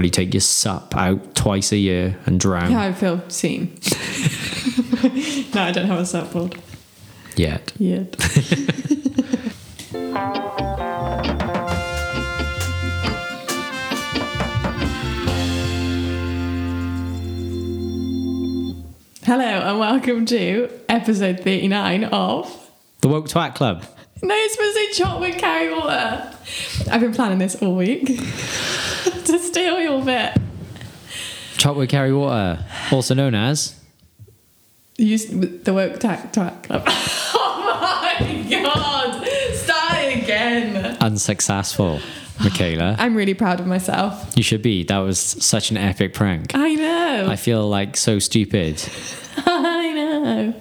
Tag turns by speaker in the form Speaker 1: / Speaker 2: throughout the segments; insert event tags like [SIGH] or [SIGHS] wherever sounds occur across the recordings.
Speaker 1: literally take your sap out twice a year and drown
Speaker 2: Yeah, I feel seen. [LAUGHS] no, I don't have a surfboard
Speaker 1: yet.
Speaker 2: yet. [LAUGHS] Hello and welcome to episode 39 of.
Speaker 1: The Woke Twat Club.
Speaker 2: No, it's supposed to say chop with carry water. I've been planning this all week [LAUGHS] to steal your bit.
Speaker 1: Chopwood Carry Water, also known as.
Speaker 2: You s- the woke tack tack club. [LAUGHS] oh my god! Start again.
Speaker 1: Unsuccessful. Michaela,
Speaker 2: I'm really proud of myself.
Speaker 1: you should be. That was such an epic prank.
Speaker 2: I know.
Speaker 1: I feel like so stupid. [LAUGHS]
Speaker 2: [LAUGHS] I know.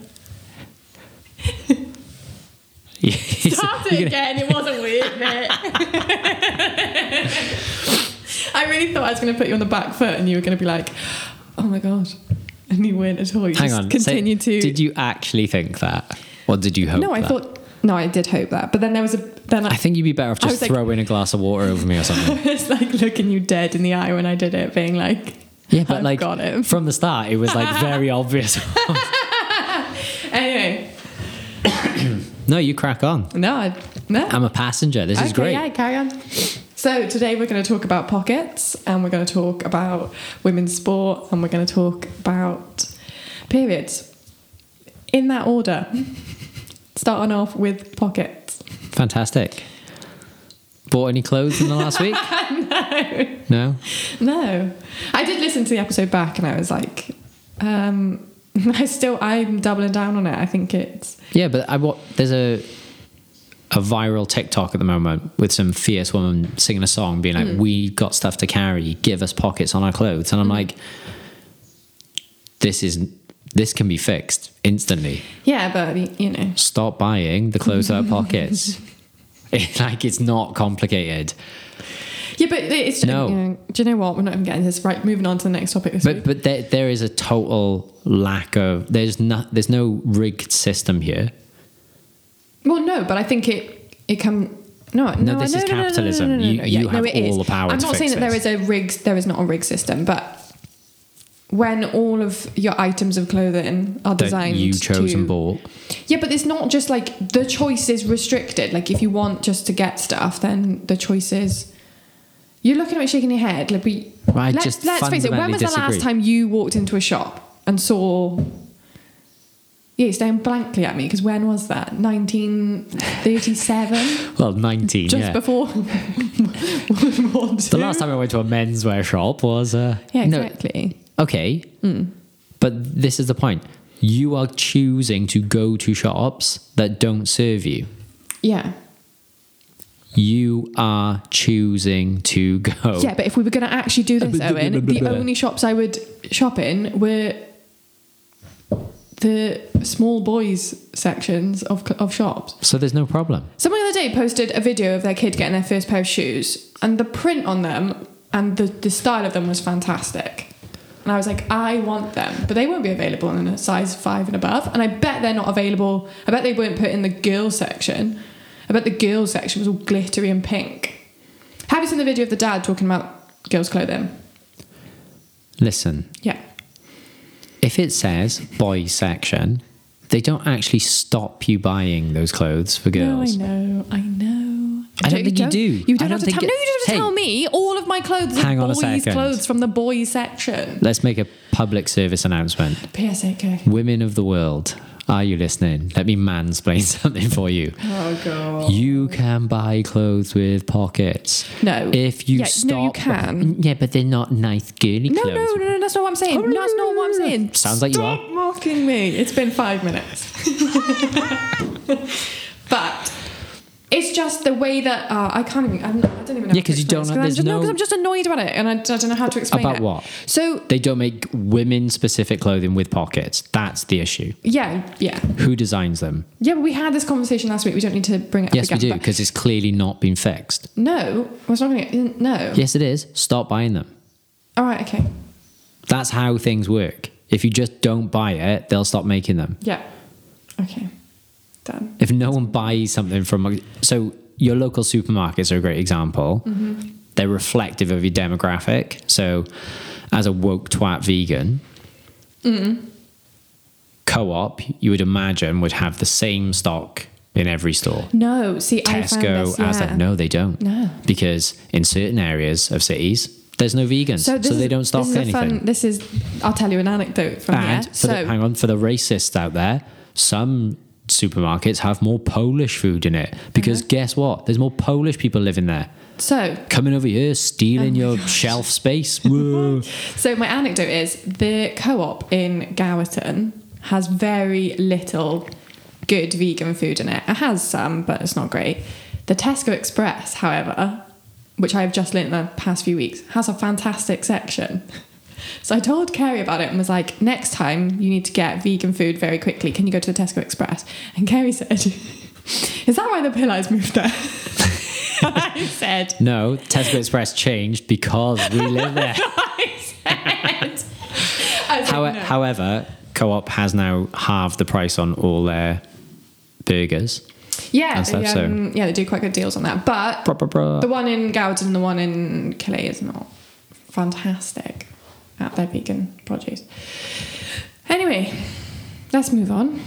Speaker 2: Start it again. It wasn't weird, mate. [LAUGHS] I really thought I was going to put you on the back foot, and you were going to be like, "Oh my god," and you weren't at all. You
Speaker 1: Hang
Speaker 2: just
Speaker 1: on. say-
Speaker 2: Continued to.
Speaker 1: Did you actually think that? Or did you hope
Speaker 2: no, I
Speaker 1: that?
Speaker 2: thought. No, I did hope that, but then there was a then
Speaker 1: I
Speaker 2: I,
Speaker 1: think you'd be better off
Speaker 2: I
Speaker 1: just
Speaker 2: was like-
Speaker 1: throwing a glass of water over me or something.
Speaker 2: I [LAUGHS] was like looking you dead in the eye when I did it, being like,
Speaker 1: Yeah, but
Speaker 2: I've
Speaker 1: like
Speaker 2: got it.
Speaker 1: from the start, it was like
Speaker 2: [LAUGHS]
Speaker 1: very obvious. [LAUGHS]
Speaker 2: anyway,
Speaker 1: no, you crack on.
Speaker 2: no, I, no,
Speaker 1: I'm a passenger. Um, This is
Speaker 2: okay,
Speaker 1: great.
Speaker 2: Yeah, carry on. So today we're going to talk about pockets, and we're going to talk about women's sport, and we're going to talk about periods. In that order, [LAUGHS] starting off with pockets.
Speaker 1: Fantastic. Bought any clothes in the last week? No.
Speaker 2: no, no. I did listen to the episode back, and I was like, um, [LAUGHS] I still I'm doubling down on it. I think it's
Speaker 1: Yeah, but I what there's a a viral TikTok at the moment with some fierce woman singing a song, being like, "We got stuff to carry. Give us pockets on our clothes." And I'm like, "This is this can be fixed instantly.
Speaker 2: yeah, but you know,
Speaker 1: Stop buying the clothes without pockets." [LAUGHS] It's like it's not complicated.
Speaker 2: yeah, but it's
Speaker 1: No.
Speaker 2: You know, do you know what? We're not even getting this right. Moving on to the next topic. This
Speaker 1: But
Speaker 2: week.
Speaker 1: but there, there is a total lack of there's not there's no rigged system here.
Speaker 2: Well, no, but I think it it come. No, no,
Speaker 1: this
Speaker 2: no,
Speaker 1: is
Speaker 2: no, no, no,
Speaker 1: capitalism.
Speaker 2: No, no, no, no,
Speaker 1: You- you have
Speaker 2: it is.
Speaker 1: all the power
Speaker 2: I'm
Speaker 1: to
Speaker 2: not
Speaker 1: fix
Speaker 2: saying that there
Speaker 1: this.
Speaker 2: is a rig. There is not a rig system, but when all of your items of clothing are
Speaker 1: That
Speaker 2: designed,
Speaker 1: you chose
Speaker 2: to,
Speaker 1: and bought.
Speaker 2: Yeah, but it's not just like the choice is restricted. Like if you want just to get stuff, then the choice is. You're looking at me shaking your head. Like we,
Speaker 1: I
Speaker 2: let's,
Speaker 1: just
Speaker 2: let's face it. When
Speaker 1: fundamentally
Speaker 2: was the last
Speaker 1: disagree.
Speaker 2: time you walked into a shop and saw? Yeah, you're staring blankly at me because when was that?
Speaker 1: [LAUGHS]
Speaker 2: 1937,
Speaker 1: Well, nineteen.
Speaker 2: just
Speaker 1: yeah.
Speaker 2: before [LAUGHS] World War Two.
Speaker 1: The last time I went to a menswear shop was uh,
Speaker 2: Yeah,
Speaker 1: no,
Speaker 2: exactly. Mm.
Speaker 1: okay, but this is the point. You are choosing to go to shops that don't serve you.
Speaker 2: Yeah,
Speaker 1: You are choosing to go.
Speaker 2: yeah. But if we were going to actually do this,
Speaker 1: blah, blah,
Speaker 2: Owen,
Speaker 1: blah,
Speaker 2: the
Speaker 1: blah.
Speaker 2: only shops I would shop in were the small boys sections of of shops.
Speaker 1: So there's no problem.
Speaker 2: Someone the other day posted a video of their kid getting their first pair of shoes, and the print on them and the, the style of them was fantastic. And I was like, I want them, but they won't be available in a size five and above. And I bet they're not available. I bet they weren't put in the girl section. I bet the girl section was all glittery and pink. Have you seen the video of the dad talking about girls' clothing?
Speaker 1: Listen,
Speaker 2: Yeah.
Speaker 1: if it says boys section, they don't actually stop you buying those clothes for girls.
Speaker 2: No, Oh, I know. I know.
Speaker 1: I don't think you do.
Speaker 2: You
Speaker 1: I
Speaker 2: don't,
Speaker 1: don't
Speaker 2: have to
Speaker 1: think
Speaker 2: tell. No,
Speaker 1: it-
Speaker 2: you don't have to
Speaker 1: Hey.
Speaker 2: tell me. All of my clothes
Speaker 1: Hang
Speaker 2: are
Speaker 1: on a
Speaker 2: boys'
Speaker 1: second.
Speaker 2: clothes from the boys section.
Speaker 1: Let's make a public service announcement.
Speaker 2: PSAK.
Speaker 1: Women of the world, are you listening? Let me mansplain [LAUGHS] something for you.
Speaker 2: Oh god.
Speaker 1: You can buy clothes with pockets.
Speaker 2: No.
Speaker 1: If you
Speaker 2: Yeah,
Speaker 1: stop.
Speaker 2: no, you can.
Speaker 1: Yeah, but they're not nice girly
Speaker 2: No,
Speaker 1: clothes.
Speaker 2: no, no, no, that's not what I'm saying. No, that's not what I'm saying.
Speaker 1: Sounds like you
Speaker 2: Stop mocking me. It's been five minutes. [LAUGHS] but it's just the way that uh, I can't even. I'm, I don't even. Know
Speaker 1: Yeah, 'cause you don't know-
Speaker 2: know.
Speaker 1: there's
Speaker 2: just,
Speaker 1: no-
Speaker 2: because I'm just annoyed about it, and I, I don't know how to explain
Speaker 1: About
Speaker 2: it.
Speaker 1: what?
Speaker 2: So
Speaker 1: They don't make women specific clothing with pockets. That's the issue.
Speaker 2: yeah, yeah,
Speaker 1: Who designs them?
Speaker 2: yeah. But we had this conversation last week. We don't need to bring it up
Speaker 1: Yes, we
Speaker 2: again.
Speaker 1: do,
Speaker 2: but-
Speaker 1: because it's clearly not been fixed.
Speaker 2: No, I was not going to. Mm, No.
Speaker 1: Yes, it is. Stop buying them.
Speaker 2: All right. Okay.
Speaker 1: That's how things work. If you just don't buy it, they'll stop making them.
Speaker 2: Yeah. Okay. Done. Mm-hmm.
Speaker 1: If no one buys something from, so your local supermarkets are a great example. they're reflective of your demographic. So, as a woke twat vegan,
Speaker 2: Mm-hmm.
Speaker 1: co op, you would imagine, would have the same stock in every store.
Speaker 2: No, see, I
Speaker 1: Tesco,
Speaker 2: found this, yeah.
Speaker 1: Asda. No, they don't.
Speaker 2: No.
Speaker 1: Because in certain areas of cities, there's no vegans. So,
Speaker 2: this
Speaker 1: they
Speaker 2: is-
Speaker 1: don't stock
Speaker 2: this is
Speaker 1: anything.
Speaker 2: a fun- this is, I'll tell you an anecdote from
Speaker 1: and
Speaker 2: here.
Speaker 1: for the, hang on, for the racists out there, some supermarkets have more Polish food in it because
Speaker 2: Mm-hmm.
Speaker 1: guess what? There's more Polish people living there.
Speaker 2: so
Speaker 1: Coming over here, stealing
Speaker 2: Oh
Speaker 1: your shelf
Speaker 2: [LAUGHS]
Speaker 1: space. Whoa.
Speaker 2: So my anecdote is the co-op in Gowerton has very little good vegan food in it. It has some, but it's not great. The Tesco Express, however, which I've just learnt in the past few weeks, has a fantastic section. [LAUGHS] So I told Kerry about it and was like, next time you need to get vegan food very quickly. Can you go to the Tesco Express? And Kerry [LAUGHS] said, Is that why the pillars moved there? [LAUGHS] and I said,
Speaker 1: no, Tesco Express changed because we live
Speaker 2: [LAUGHS]
Speaker 1: there.
Speaker 2: I said, I was
Speaker 1: How, e-"
Speaker 2: like, "No."
Speaker 1: However, Co op has now halved the price on all their burgers.
Speaker 2: Yeah,
Speaker 1: and stuff,
Speaker 2: they,
Speaker 1: so-
Speaker 2: um, yeah, they do quite good deals on that. But
Speaker 1: Bra, bra, bra.
Speaker 2: the one in Gowden and the one in Calais is not fantastic at their vegan produce. Anyway, let's move on.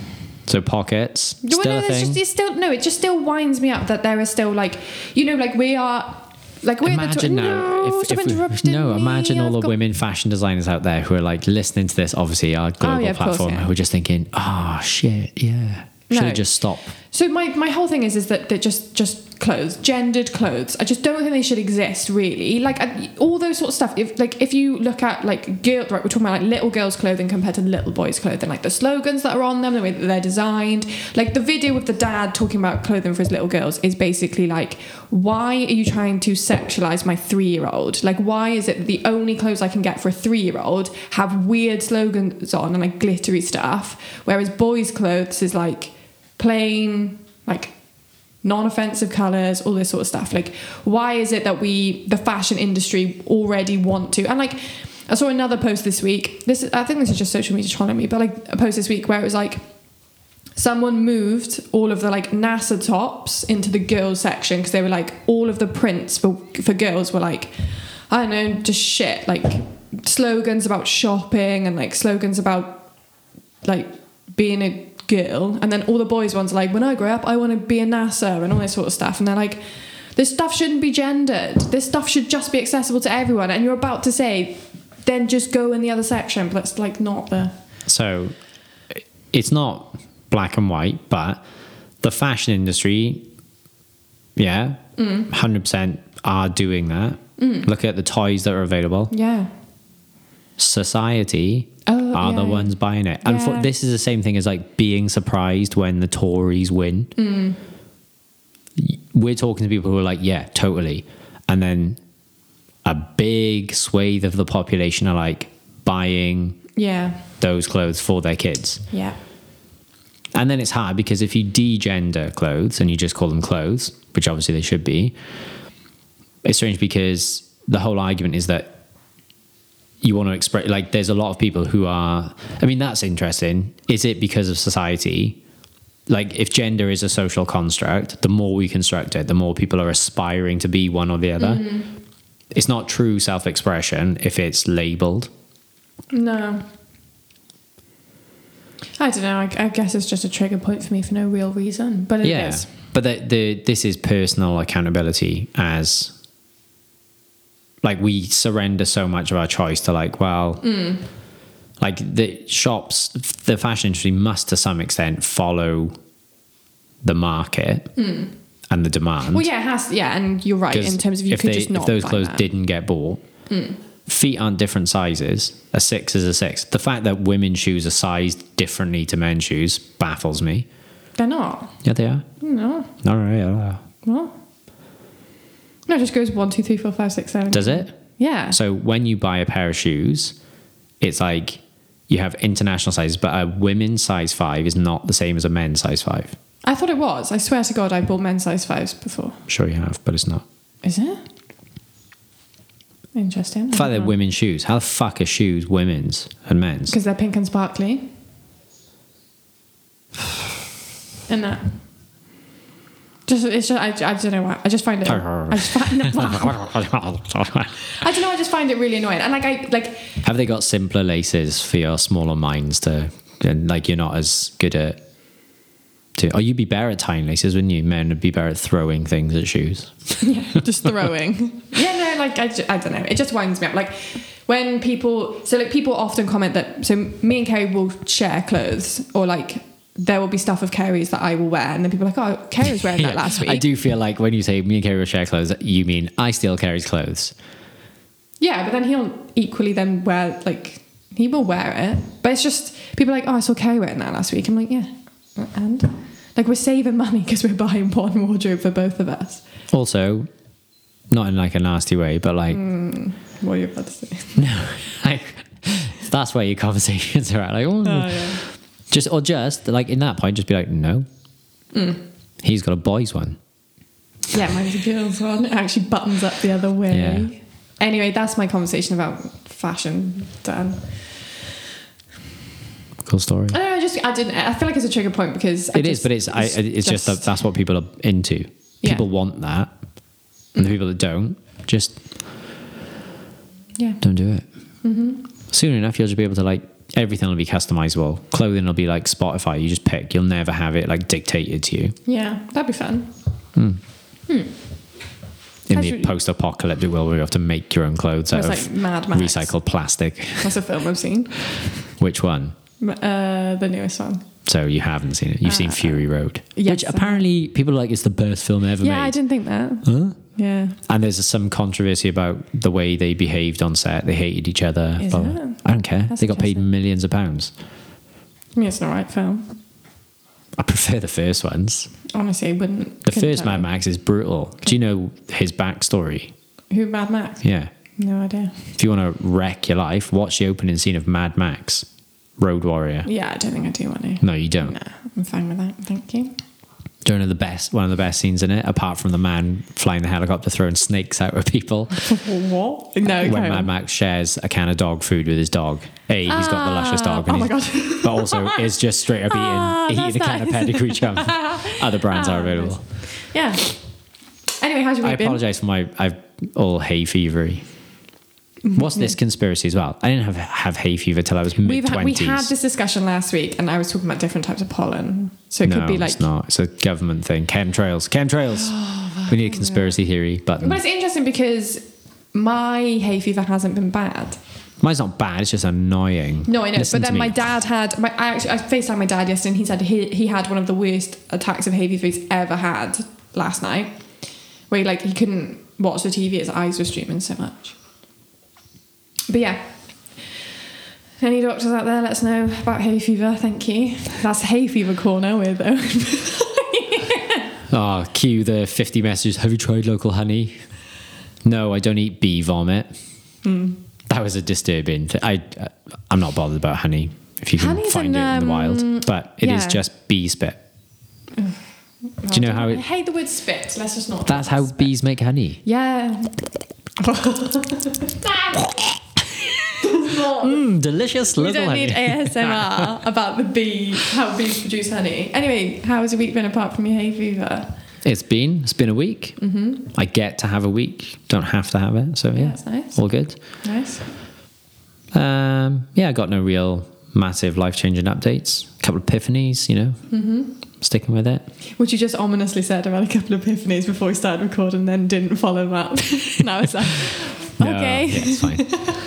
Speaker 1: So pockets.
Speaker 2: No,
Speaker 1: Still
Speaker 2: no,
Speaker 1: a
Speaker 2: there's
Speaker 1: thing.
Speaker 2: Just, it's still no. It just still winds me up that there are still like, you know, like we are. Like we're the
Speaker 1: imagine
Speaker 2: tw-
Speaker 1: now
Speaker 2: no,
Speaker 1: if,
Speaker 2: stop
Speaker 1: if we-
Speaker 2: interrupting
Speaker 1: no
Speaker 2: me,
Speaker 1: imagine all
Speaker 2: I've
Speaker 1: the
Speaker 2: got-
Speaker 1: women fashion designers out there who are like listening to this obviously our global
Speaker 2: Oh, yeah, of course,
Speaker 1: platform
Speaker 2: yeah.
Speaker 1: who are just thinking oh shit yeah
Speaker 2: No.
Speaker 1: should have just stopped
Speaker 2: So my, my whole thing is is that that just just clothes, gendered clothes. I just don't think they should exist really. Like I, all those sort of stuff. If like if you look at like girl, right, we're talking about like little girls' clothing compared to little boys' clothing. Like the slogans that are on them, the way that they're designed. Like the video of the dad talking about clothing for his little girls is basically like, why are you trying to sexualize my three year old? Like why is it that the only clothes I can get for a three year old have weird slogans on and like glittery stuff, whereas boys' clothes is like plain, like non-offensive colors, all this sort of stuff. Like, why is it that we, the fashion industry, already want to? And like, I saw another post this week. This is, I think this is just social media trolling me, but like a post this week where it was like. Someone moved all of the like NASA tops into the girls section because they were like all of the prints for for girls were like I don't know just shit like slogans about shopping and like slogans about like being a girl and then all the boys ones are like when i grow up i want to be a nasa and all this sort of stuff and they're like this stuff shouldn't be gendered this stuff should just be accessible to everyone and you're about to say then just go in the other section but that's like not the
Speaker 1: so it's not black and white but the fashion industry yeah
Speaker 2: Mm.
Speaker 1: 100% are doing that look at the toys that are available
Speaker 2: yeah
Speaker 1: society
Speaker 2: Oh,
Speaker 1: are the
Speaker 2: yeah, yeah.
Speaker 1: ones buying it. And for,
Speaker 2: Yeah.
Speaker 1: this is the same thing as like being surprised when the Tories win.
Speaker 2: Mm.
Speaker 1: Y- We're talking to people who are like, yeah, totally. And then a big swathe of the population are like buying
Speaker 2: yeah
Speaker 1: those clothes for their kids.
Speaker 2: yeah
Speaker 1: And then it's hard because if you degender clothes and you just call them clothes, which obviously they should be, it's strange because the whole argument is that you want to express like there's a lot of people who are I mean that's interesting. Is it because of society? Like if gender is a social construct, the more we construct it, the more people are aspiring to be one or the other. It's not true self-expression if it's labeled.
Speaker 2: no i don't know I, I guess it's just a trigger point for me for no real reason but it is.
Speaker 1: yeah but the, the this is personal accountability as like we surrender so much of our choice to like well
Speaker 2: Mm.
Speaker 1: like the shops the fashion industry must to some extent follow the market and the demand
Speaker 2: Mm. well yeah it has yeah and you're right
Speaker 1: 'Cause
Speaker 2: in terms of you
Speaker 1: if,
Speaker 2: could
Speaker 1: they-
Speaker 2: just
Speaker 1: if
Speaker 2: not
Speaker 1: those
Speaker 2: buy
Speaker 1: clothes
Speaker 2: that. Mm.
Speaker 1: didn't get bought feet aren't different sizes a six is a six the fact that women's shoes are sized differently to men's shoes baffles me
Speaker 2: they're not
Speaker 1: yeah they are
Speaker 2: no
Speaker 1: all right all right.
Speaker 2: What? No, it just goes one, two, three, four, five, six, seven.
Speaker 1: does it
Speaker 2: yeah.
Speaker 1: So when you buy a pair of shoes, it's like you have international sizes, but a women's size five is not the same as a men's size five.
Speaker 2: I thought it was. I swear to God, I bought men's size fives before.
Speaker 1: Sure, you have, but it's not.
Speaker 2: Is it? Interesting.
Speaker 1: The fact
Speaker 2: Mm-hmm.
Speaker 1: they're women's shoes. How the fuck are shoes women's and
Speaker 2: [LAUGHS]
Speaker 1: men's?
Speaker 2: Because they're pink and sparkly. And that. Just, it's just, I, I don't know why. I just find it. [LAUGHS] I just find,
Speaker 1: Have
Speaker 2: I don't know. I just find it really annoying. And like, I like,
Speaker 1: they got simpler laces for your smaller minds to, and like you're not as good at? To, oh, you'd be better at tying laces, wouldn't you? Men would be better at throwing things at shoes.
Speaker 2: yeah, just throwing. [LAUGHS] yeah, no, like I, ju- I don't know. It just winds me up. Like when people, so like people often comment that. So me and Kerry will share clothes, or like there will be stuff of Kerry's that I will wear, and then people are like, oh, Kerry was
Speaker 1: [LAUGHS]
Speaker 2: wearing that last week.
Speaker 1: I do feel like when you say me and Kerry will share clothes, you mean I steal Kerry's clothes.
Speaker 2: Yeah, but then he'll equally then wear like he will wear it. But it's just people are like, oh, I saw Kerry wearing that last week. I'm like, yeah, and like we're saving money because we're buying one wardrobe for both of us.
Speaker 1: Also, not in like a nasty way, but like
Speaker 2: What are you about to say?
Speaker 1: No, [LAUGHS] like that's where your conversations are at. Like, oh,
Speaker 2: yeah.
Speaker 1: just or just like in that point, just be like, no, Mm. he's got a boys one.
Speaker 2: Yeah, mine's a girl's one. It actually buttons up the other way.
Speaker 1: Yeah.
Speaker 2: Anyway, that's my conversation about fashion, Dan.
Speaker 1: Cool story.
Speaker 2: I don't know. I just I didn't. I feel like it's a trigger point because
Speaker 1: It is, but it's Oh, I, it's just, that that's what people are into.
Speaker 2: Yeah.
Speaker 1: People want that, and the people that don't just
Speaker 2: yeah.
Speaker 1: don't do it. Mm-hmm. Soon enough, you'll just be able to like everything will be customizable. Clothing will be like Spotify. You just pick. You'll never have it like dictated to you
Speaker 2: Yeah, that'd be fun. Hmm.
Speaker 1: in
Speaker 2: That's
Speaker 1: Hmm. the
Speaker 2: really-
Speaker 1: post-apocalyptic world where you have to make your own clothes out
Speaker 2: It's
Speaker 1: of
Speaker 2: like Mad Max.
Speaker 1: recycled plastic.
Speaker 2: That's a film I've seen.
Speaker 1: Which one?
Speaker 2: Uh, the newest one.
Speaker 1: So you haven't seen it. You've seen Fury Road,
Speaker 2: Uh, yes,
Speaker 1: which
Speaker 2: I have.
Speaker 1: apparently people are like it's the best film ever
Speaker 2: Yeah,
Speaker 1: made.
Speaker 2: I didn't think that.
Speaker 1: Huh?
Speaker 2: Yeah.
Speaker 1: And there's some controversy about the way they behaved on set. They hated each other.
Speaker 2: Is
Speaker 1: blah,
Speaker 2: it?
Speaker 1: blah. I don't care.
Speaker 2: That's
Speaker 1: they got paid
Speaker 2: interesting.
Speaker 1: millions of pounds.
Speaker 2: I mean, it's an alright film.
Speaker 1: I prefer the first ones.
Speaker 2: Honestly, I wouldn't.
Speaker 1: The
Speaker 2: couldn't
Speaker 1: first
Speaker 2: tell
Speaker 1: Mad Max is brutal. Do you know his backstory?
Speaker 2: you. Who Mad Max?
Speaker 1: Yeah.
Speaker 2: No idea.
Speaker 1: If you want to wreck your life, watch the opening scene of Mad Max, Road Warrior.
Speaker 2: Yeah, I don't think I do want to.
Speaker 1: No, you don't.
Speaker 2: Nah, I'm fine with that. Thank you. [LAUGHS]
Speaker 1: Don't know the best, one of the best scenes in it, apart from the man flying the helicopter throwing snakes out at people.
Speaker 2: What? No.
Speaker 1: when
Speaker 2: carry
Speaker 1: Mad
Speaker 2: on.
Speaker 1: Max shares a can of dog food with his dog. A, he's got the luscious dog.
Speaker 2: Oh my
Speaker 1: he's-
Speaker 2: God. [LAUGHS]
Speaker 1: But also is just straight up eating,
Speaker 2: Ah, that's
Speaker 1: eating a can of
Speaker 2: nice.
Speaker 1: pedigree
Speaker 2: [LAUGHS]
Speaker 1: jam. Other brands are available.
Speaker 2: Yeah. Ah, Anyway, how's your
Speaker 1: I
Speaker 2: week been?
Speaker 1: apologise for my I've all hay fevery. What's this conspiracy as well? I didn't have have hay fever till I was
Speaker 2: Mm-hmm. We've
Speaker 1: mid
Speaker 2: had, we had
Speaker 1: twenties.
Speaker 2: this discussion last week, and I was talking about different types of pollen. So it
Speaker 1: No,
Speaker 2: could be like,
Speaker 1: it's not. It's a government thing. Chemtrails.
Speaker 2: [GASPS] Oh,
Speaker 1: Chemtrails. we need a conspiracy theory button.
Speaker 2: but it's interesting because my hay fever hasn't been bad.
Speaker 1: Mine's not bad. It's just annoying.
Speaker 2: No, I know.
Speaker 1: Listen
Speaker 2: but
Speaker 1: to
Speaker 2: then
Speaker 1: me.
Speaker 2: my dad had. My, I actually I FaceTimed my dad yesterday, and he said he, he had one of the worst attacks of hay fever he's ever had last night, where he, like he couldn't watch the TV; his eyes were streaming so much. But yeah. Any doctors out there, let us know about hay fever. Thank you. That's hay fever corner,
Speaker 1: [LAUGHS]
Speaker 2: we're though.
Speaker 1: Ah, cue the 50 messages. Have you tried local honey? No, I don't eat bee vomit.
Speaker 2: Hmm.
Speaker 1: That was a disturbing thing. I, uh, I'm not bothered about honey if you can
Speaker 2: Honey's
Speaker 1: find
Speaker 2: an,
Speaker 1: it in the
Speaker 2: um,
Speaker 1: wild, but it is
Speaker 2: yeah.
Speaker 1: just bee spit. Do you know how
Speaker 2: I
Speaker 1: it,
Speaker 2: hate the word spit. Let's just not.
Speaker 1: that's how bees make honey? [LAUGHS]
Speaker 2: Yeah. [LAUGHS]
Speaker 1: Mm, delicious
Speaker 2: We
Speaker 1: little
Speaker 2: don't
Speaker 1: honey.
Speaker 2: need
Speaker 1: [LAUGHS]
Speaker 2: ASMR about the bee, how bees produce honey. Anyway, how has your week been apart from your hay fever?
Speaker 1: it's been it's been a week. Mm-hmm. I get to have a week. Don't have to have it. So yeah,
Speaker 2: that's nice.
Speaker 1: All good.
Speaker 2: Nice.
Speaker 1: Um, yeah, I got no real massive life changing updates. A couple of epiphanies, you know. Mm-hmm. Sticking with it.
Speaker 2: Which you just ominously said about a couple of epiphanies before we started recording, then didn't follow them up. [LAUGHS] now it's like,
Speaker 1: No,
Speaker 2: okay. [LAUGHS]
Speaker 1: Yeah, it's fine.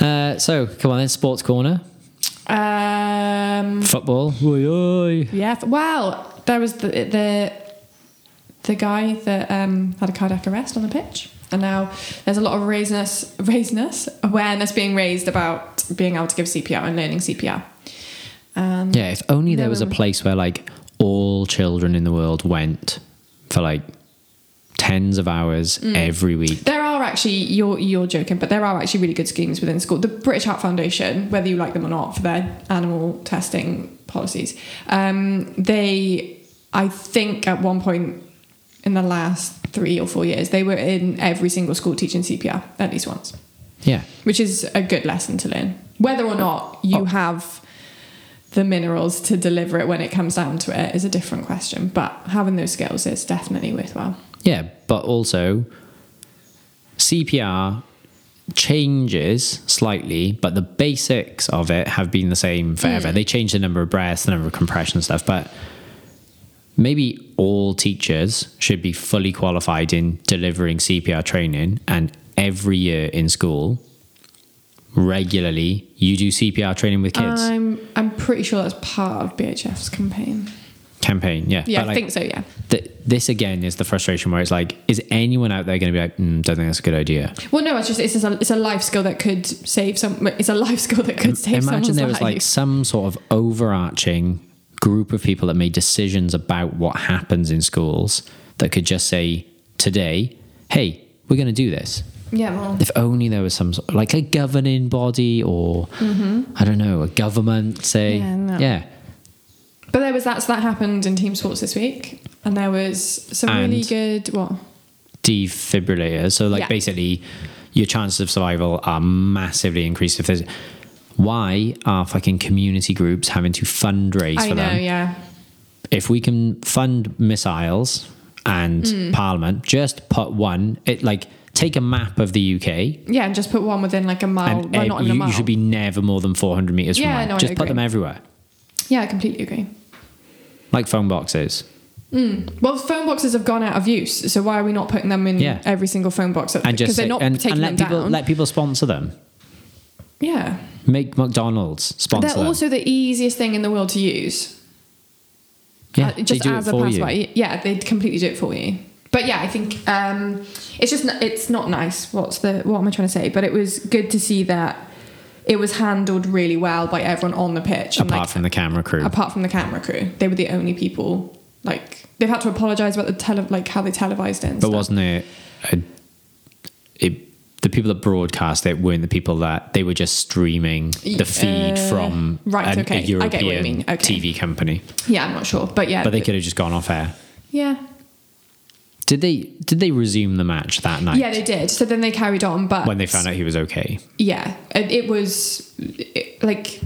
Speaker 1: uh, so, come on then, sports corner,
Speaker 2: Um,
Speaker 1: football. Oi, oi.
Speaker 2: yeah. f- Well, there was the the the guy that um, had a cardiac arrest on the pitch, and now there's a lot of raisedness, raisedness awareness being raised about being able to give CPR and learning CPR. Um,
Speaker 1: Yeah, if only there
Speaker 2: No,
Speaker 1: was a
Speaker 2: um,
Speaker 1: place where like all children in the world went for like tens of hours every week.
Speaker 2: There are actually you're you're joking, but there are actually really good schemes within school. The British Heart Foundation, whether you like them or not, for their animal testing policies, um, they I think at one point in the last three or four years they were in every single school teaching CPR at least once,
Speaker 1: Yeah.
Speaker 2: which is a good lesson to learn. Whether or not you have the minerals to deliver it when it comes down to it is a different question. But having those skills is definitely worthwhile.
Speaker 1: Yeah, but also CPR changes slightly, but the basics of it have been the same forever. They change the number of breaths, the number of compression and stuff, but maybe all teachers should be fully qualified in delivering CPR training and every year in school regularly you do CPR training with kids
Speaker 2: I'm I'm pretty sure that's part of BHF's campaign.
Speaker 1: campaign yeah
Speaker 2: Yeah,
Speaker 1: But,
Speaker 2: I
Speaker 1: like,
Speaker 2: think so. Yeah.
Speaker 1: th- this again is the frustration where it's like, is anyone out there going to be like, mm, don't think that's a good idea?
Speaker 2: Well, no, it's just it's just a it's a life skill that could save some. It's a life [LAUGHS] skill that could save
Speaker 1: Imagine
Speaker 2: someone's
Speaker 1: there was
Speaker 2: life.
Speaker 1: like some sort of overarching group of people that made decisions about what happens in schools that could just say today, hey, we're going to do this.
Speaker 2: yeah, well,
Speaker 1: If only there was some sort like a governing body or I don't know, a government say,
Speaker 2: Mm-hmm. Yeah, no.
Speaker 1: yeah.
Speaker 2: but there was that's that happened in team sports this week, and there was some really
Speaker 1: And-
Speaker 2: good. What?
Speaker 1: defibrillators. So like
Speaker 2: Yeah.
Speaker 1: basically your chances of survival are massively increased if there's why are fucking community groups having to fundraise
Speaker 2: I
Speaker 1: for
Speaker 2: know.
Speaker 1: them?
Speaker 2: Yeah.
Speaker 1: If we can fund missiles and
Speaker 2: Hmm.
Speaker 1: parliament, just put one it like take a map of the UK
Speaker 2: Yeah, and just put one within like a mile.
Speaker 1: and
Speaker 2: well,
Speaker 1: ev-
Speaker 2: Oh, not even
Speaker 1: you,
Speaker 2: a
Speaker 1: you
Speaker 2: mile.
Speaker 1: should be never more than 400 meters
Speaker 2: Yeah,
Speaker 1: from one.
Speaker 2: no, I
Speaker 1: just put them
Speaker 2: agree.
Speaker 1: everywhere.
Speaker 2: yeah, I completely agree.
Speaker 1: Like phone boxes.
Speaker 2: Well, phone boxes have gone out of use, so why are we not putting them in
Speaker 1: Yeah.
Speaker 2: every single phone box?
Speaker 1: And just
Speaker 2: because they're
Speaker 1: say-
Speaker 2: not
Speaker 1: and,
Speaker 2: taking
Speaker 1: and let
Speaker 2: them
Speaker 1: people
Speaker 2: down.
Speaker 1: let people sponsor them.
Speaker 2: yeah,
Speaker 1: Make McDonald's sponsor
Speaker 2: they're
Speaker 1: them.
Speaker 2: also the easiest thing in the world to use.
Speaker 1: yeah,
Speaker 2: Uh,
Speaker 1: they
Speaker 2: just
Speaker 1: do
Speaker 2: as
Speaker 1: it
Speaker 2: a
Speaker 1: for you.
Speaker 2: passerby. Yeah, they completely do it for you. But yeah, I think um, it's just n- it's not nice. What's the what am I trying to say? But it was good to see that it was handled really well by everyone on the pitch.
Speaker 1: Apart
Speaker 2: and like,
Speaker 1: from the camera crew.
Speaker 2: apart from the camera crew, they were the only people. Like they've had to apologise about the tele- like how they televised it. And
Speaker 1: But
Speaker 2: stuff.
Speaker 1: wasn't it, a, it the people that broadcast it weren't the people that they were just streaming the feed
Speaker 2: Uh,
Speaker 1: from
Speaker 2: right,
Speaker 1: an-
Speaker 2: okay. I
Speaker 1: a
Speaker 2: get
Speaker 1: European
Speaker 2: what you mean. Okay.
Speaker 1: TV company?
Speaker 2: yeah, I'm not sure, but yeah,
Speaker 1: But they
Speaker 2: th-
Speaker 1: could have just gone off air.
Speaker 2: yeah,
Speaker 1: Did they did they resume the match that night?
Speaker 2: yeah, they did. So then they carried on, but
Speaker 1: when they found out he was okay.
Speaker 2: yeah, it, it was it, like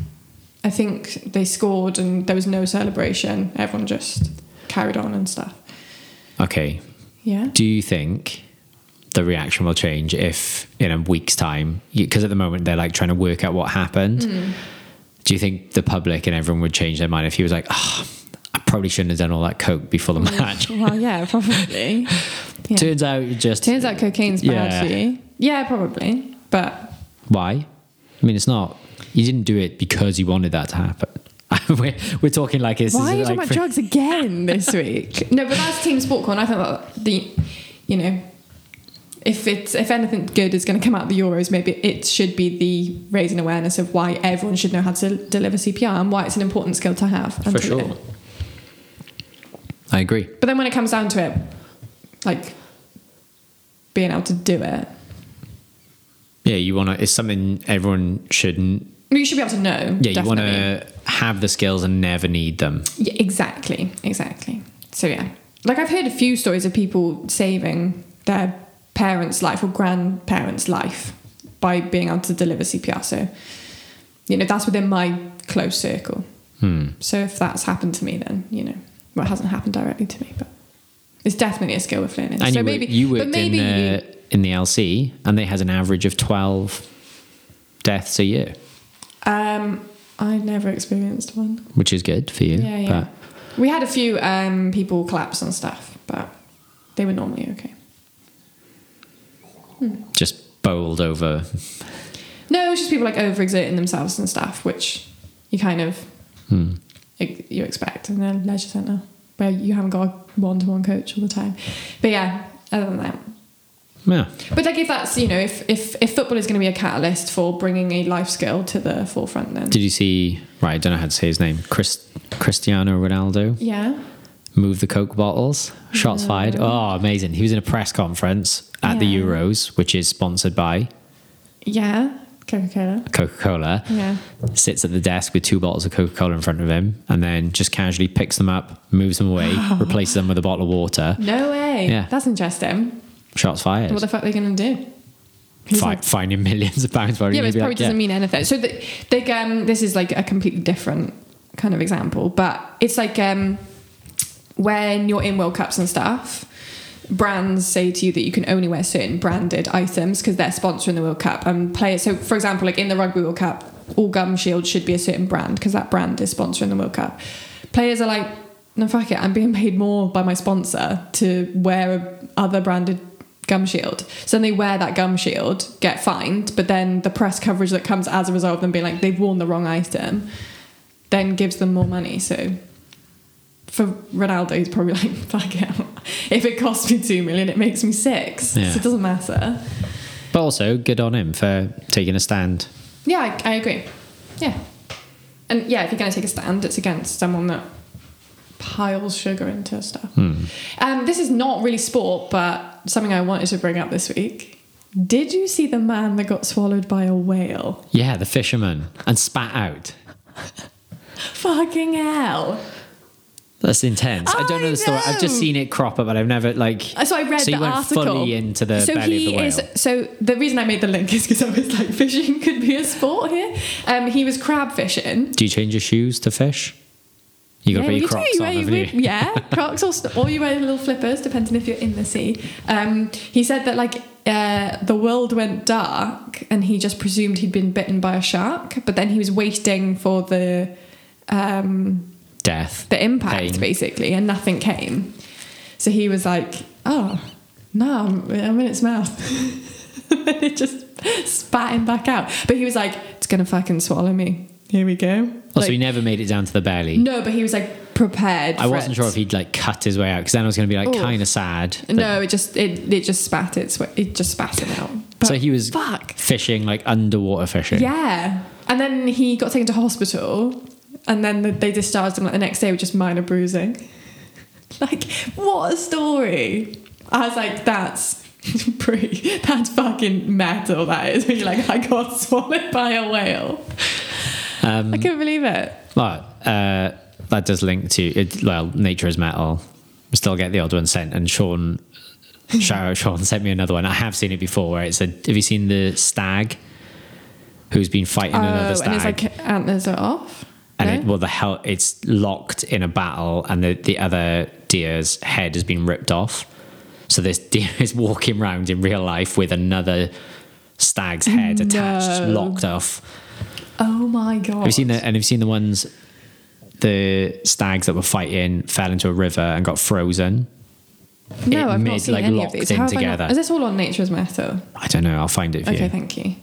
Speaker 2: I think they scored and there was no celebration. Everyone just carried on and stuff.
Speaker 1: Okay.
Speaker 2: Yeah,
Speaker 1: Do you think the reaction will change if in a week's time because at the moment they're like trying to work out what happened.
Speaker 2: Hmm.
Speaker 1: Do you think the public and everyone would change their mind if he was like, oh, I probably shouldn't have done all that coke before
Speaker 2: [LAUGHS]
Speaker 1: the match?
Speaker 2: [LAUGHS] well, yeah, probably. Yeah.
Speaker 1: Turns out you just
Speaker 2: Turns out cocaine's bad
Speaker 1: Yeah.
Speaker 2: for you. Yeah, probably, but
Speaker 1: why? I mean, it's not. You didn't do it because you wanted that to happen. [LAUGHS] we're, we're talking like it's
Speaker 2: Why are
Speaker 1: like
Speaker 2: you talking about drugs again
Speaker 1: [LAUGHS]
Speaker 2: this week? no, but that's Team Sportcorn. I think that the, you know, if it's if anything good is going to come out of the Euros, maybe it should be the raising awareness of why everyone should know how to deliver CPR and why it's an important skill to have. and
Speaker 1: for
Speaker 2: to
Speaker 1: sure.
Speaker 2: know.
Speaker 1: I agree.
Speaker 2: But then when it comes down to it, like being able to do it,
Speaker 1: Yeah, you want to. It's something everyone shouldn't.
Speaker 2: you should be able to know.
Speaker 1: Yeah, you want
Speaker 2: definitely.
Speaker 1: to have the skills and never need them.
Speaker 2: Yeah, exactly, exactly. So yeah, like I've heard a few stories of people saving their parents' life or grandparents' life by being able to deliver CPR. So you know that's within my close circle.
Speaker 1: Hmm.
Speaker 2: So if that's happened to me, then you know, well, it hasn't happened directly to me, but it's definitely a skill worth learning.
Speaker 1: And
Speaker 2: so
Speaker 1: you, wor-
Speaker 2: maybe
Speaker 1: you worked
Speaker 2: but maybe
Speaker 1: in
Speaker 2: you-
Speaker 1: the, in the LC, and they has an average of twelve deaths a year,
Speaker 2: um, I never experienced one.
Speaker 1: which is good for you.
Speaker 2: Yeah, yeah. we had a few um, people collapse and stuff, but they were normally okay.
Speaker 1: But just bowled over.
Speaker 2: No, it's just people like overexerting themselves and stuff, which you kind of
Speaker 1: hmm,
Speaker 2: ex- you expect in a leisure centre where you haven't got a one-to-one coach all the time. But yeah, other than that,
Speaker 1: Yeah.
Speaker 2: but like if that's you know if if, if football is going to be a catalyst for bringing a life skill to the forefront, then
Speaker 1: Did you see? Right, I don't know how to say his name. Chris, Cristiano Ronaldo
Speaker 2: yeah,
Speaker 1: move the Coke bottles. Shots fired. Oh, amazing! He was in a press conference at the
Speaker 2: Yeah.
Speaker 1: Euros, which is sponsored by
Speaker 2: yeah, Coca-Cola,
Speaker 1: Coca Cola.
Speaker 2: yeah,
Speaker 1: Sits at the desk with two bottles of Coca Cola in front of him, and then just casually picks them up, moves them
Speaker 2: [LAUGHS]
Speaker 1: away, replaces them with a bottle of water.
Speaker 2: no way,
Speaker 1: Yeah.
Speaker 2: that's interesting.
Speaker 1: Shots fired.
Speaker 2: What the fuck are they going to do? Who's
Speaker 1: Fi- finding [LAUGHS] millions of pounds.
Speaker 2: Yeah, but it probably doesn't mean anything. So, the, like, um, this is like a completely different kind of example, but it's like um, when you're in World Cups and stuff, brands say to you that you can only wear certain branded items because they're sponsoring the World Cup and players. So, for example, like in the Rugby World Cup, all gum shields should be a certain brand because that brand is sponsoring the World Cup. Players are like, no, fuck it, I'm being paid more by my sponsor to wear a other branded gum shield. So then they wear that gum shield, get fined, but then the press coverage that comes as a result of them being like, they've worn the wrong item, then gives them more money. So for Ronaldo, he's probably like, [LAUGHS] fuck it. If it costs me two million, it makes me six.
Speaker 1: Yeah.
Speaker 2: So it doesn't matter.
Speaker 1: But also, good on him for taking a stand.
Speaker 2: Yeah, I, I agree. Yeah. And yeah, if you're going to take a stand, it's against someone that piles sugar into stuff.
Speaker 1: Hmm.
Speaker 2: Um, this is not really sport, but something I wanted to bring up this week. Did you see the man that got swallowed by a whale?
Speaker 1: Yeah, the fisherman and spat out.
Speaker 2: Fucking hell.
Speaker 1: That's intense. I don't know
Speaker 2: I
Speaker 1: the story. I've just
Speaker 2: know.
Speaker 1: seen it crop up, but I've never like.
Speaker 2: Uh, So I read
Speaker 1: So
Speaker 2: the
Speaker 1: you went
Speaker 2: article.
Speaker 1: fully into the
Speaker 2: so
Speaker 1: belly of
Speaker 2: he
Speaker 1: the whale.
Speaker 2: is. So the reason I made the link is because I was like, [LAUGHS] fishing could be a sport here. Um, he was crab fishing.
Speaker 1: Do you change your shoes to fish? You got to put your
Speaker 2: do.
Speaker 1: Crocs
Speaker 2: You
Speaker 1: on,
Speaker 2: wear-
Speaker 1: haven't
Speaker 2: you
Speaker 1: you?
Speaker 2: wear- Yeah, Crocs or, st- or you wear little flippers, depending if you're in the sea. Um, he said that like uh, the world went dark, and he just presumed he'd been bitten by a shark, but then he was waiting for the um,
Speaker 1: Death.
Speaker 2: the impact
Speaker 1: Pain.
Speaker 2: basically, and nothing came. So he was like, "Oh no, I'm, I'm in its mouth." [LAUGHS] and it just spat him back out. But he was like, "It's gonna fucking swallow me." Here we go.
Speaker 1: Also,
Speaker 2: Like-
Speaker 1: Oh, he never made it down to the belly.
Speaker 2: no, but he was like prepared.
Speaker 1: I
Speaker 2: for
Speaker 1: wasn't
Speaker 2: it.
Speaker 1: sure if he'd like cut his way out because then I was going to be like
Speaker 2: Oof.
Speaker 1: kind of sad. that-
Speaker 2: No, it just it it just spat its way- it just spat him out. But
Speaker 1: so he was
Speaker 2: fuck
Speaker 1: fishing like underwater fishing.
Speaker 2: yeah, and then he got taken to hospital, and then the, they discharged him like the next day with just minor bruising. [LAUGHS] like what a story! I was like, that's [LAUGHS] pretty. That's fucking metal. That is. [LAUGHS] You're like, I got swallowed by a whale.
Speaker 1: Um,
Speaker 2: I couldn't believe it.
Speaker 1: Well, uh, that does link to it, well, nature is metal. We still get the odd one sent, and Sean, [LAUGHS] shout out Sean, sent me another one. I have seen it before. Where it's a, have you seen the stag who's been fighting another
Speaker 2: Oh,
Speaker 1: stag?
Speaker 2: and it's like antlers are off.
Speaker 1: And
Speaker 2: No?
Speaker 1: it, well, the hell, it's locked in a battle, and the, the other deer's head has been ripped off. So this [LAUGHS] deer is walking round in real life with another stag's head attached,
Speaker 2: [LAUGHS] No.
Speaker 1: locked off.
Speaker 2: oh my god!
Speaker 1: Have you seen the and have you seen the ones the stags that were fighting fell into a river and got frozen?
Speaker 2: No,
Speaker 1: it
Speaker 2: I've
Speaker 1: made,
Speaker 2: not seen
Speaker 1: like,
Speaker 2: any
Speaker 1: locked
Speaker 2: of these.
Speaker 1: in
Speaker 2: How have I
Speaker 1: together.
Speaker 2: Not, is this all on Nature's Metal?
Speaker 1: I don't know. I'll find it for
Speaker 2: Okay,
Speaker 1: you.
Speaker 2: thank you.
Speaker 1: we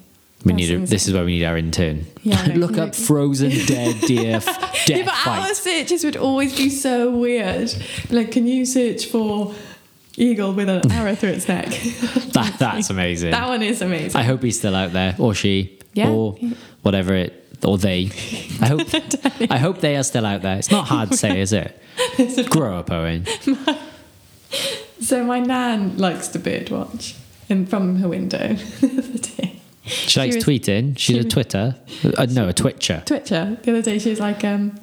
Speaker 2: That's
Speaker 1: need a,
Speaker 2: insane.
Speaker 1: this is where we need our intern.
Speaker 2: Yeah,
Speaker 1: [LAUGHS]
Speaker 2: no,
Speaker 1: Look
Speaker 2: you-
Speaker 1: up frozen dead deer
Speaker 2: [LAUGHS]
Speaker 1: f- death
Speaker 2: Yeah, but our
Speaker 1: fight.
Speaker 2: searches would always be so weird. Like, can you search for eagle with an arrow through its neck?
Speaker 1: [LAUGHS] That, that's amazing.
Speaker 2: that one is amazing.
Speaker 1: I hope he's still out there or she
Speaker 2: Yeah.
Speaker 1: or whatever it or they. I hope
Speaker 2: [LAUGHS]
Speaker 1: I hope they are still out there. It's not hard to say, is it? Grow up, Owen.
Speaker 2: So my nan likes to birdwatch, and from her window [LAUGHS] the other day.
Speaker 1: She likes
Speaker 2: was-
Speaker 1: tweeting. She's
Speaker 2: she
Speaker 1: a
Speaker 2: was-
Speaker 1: Twitter. Uh, no, a Twitcher.
Speaker 2: Twitcher the other day. She was like, um,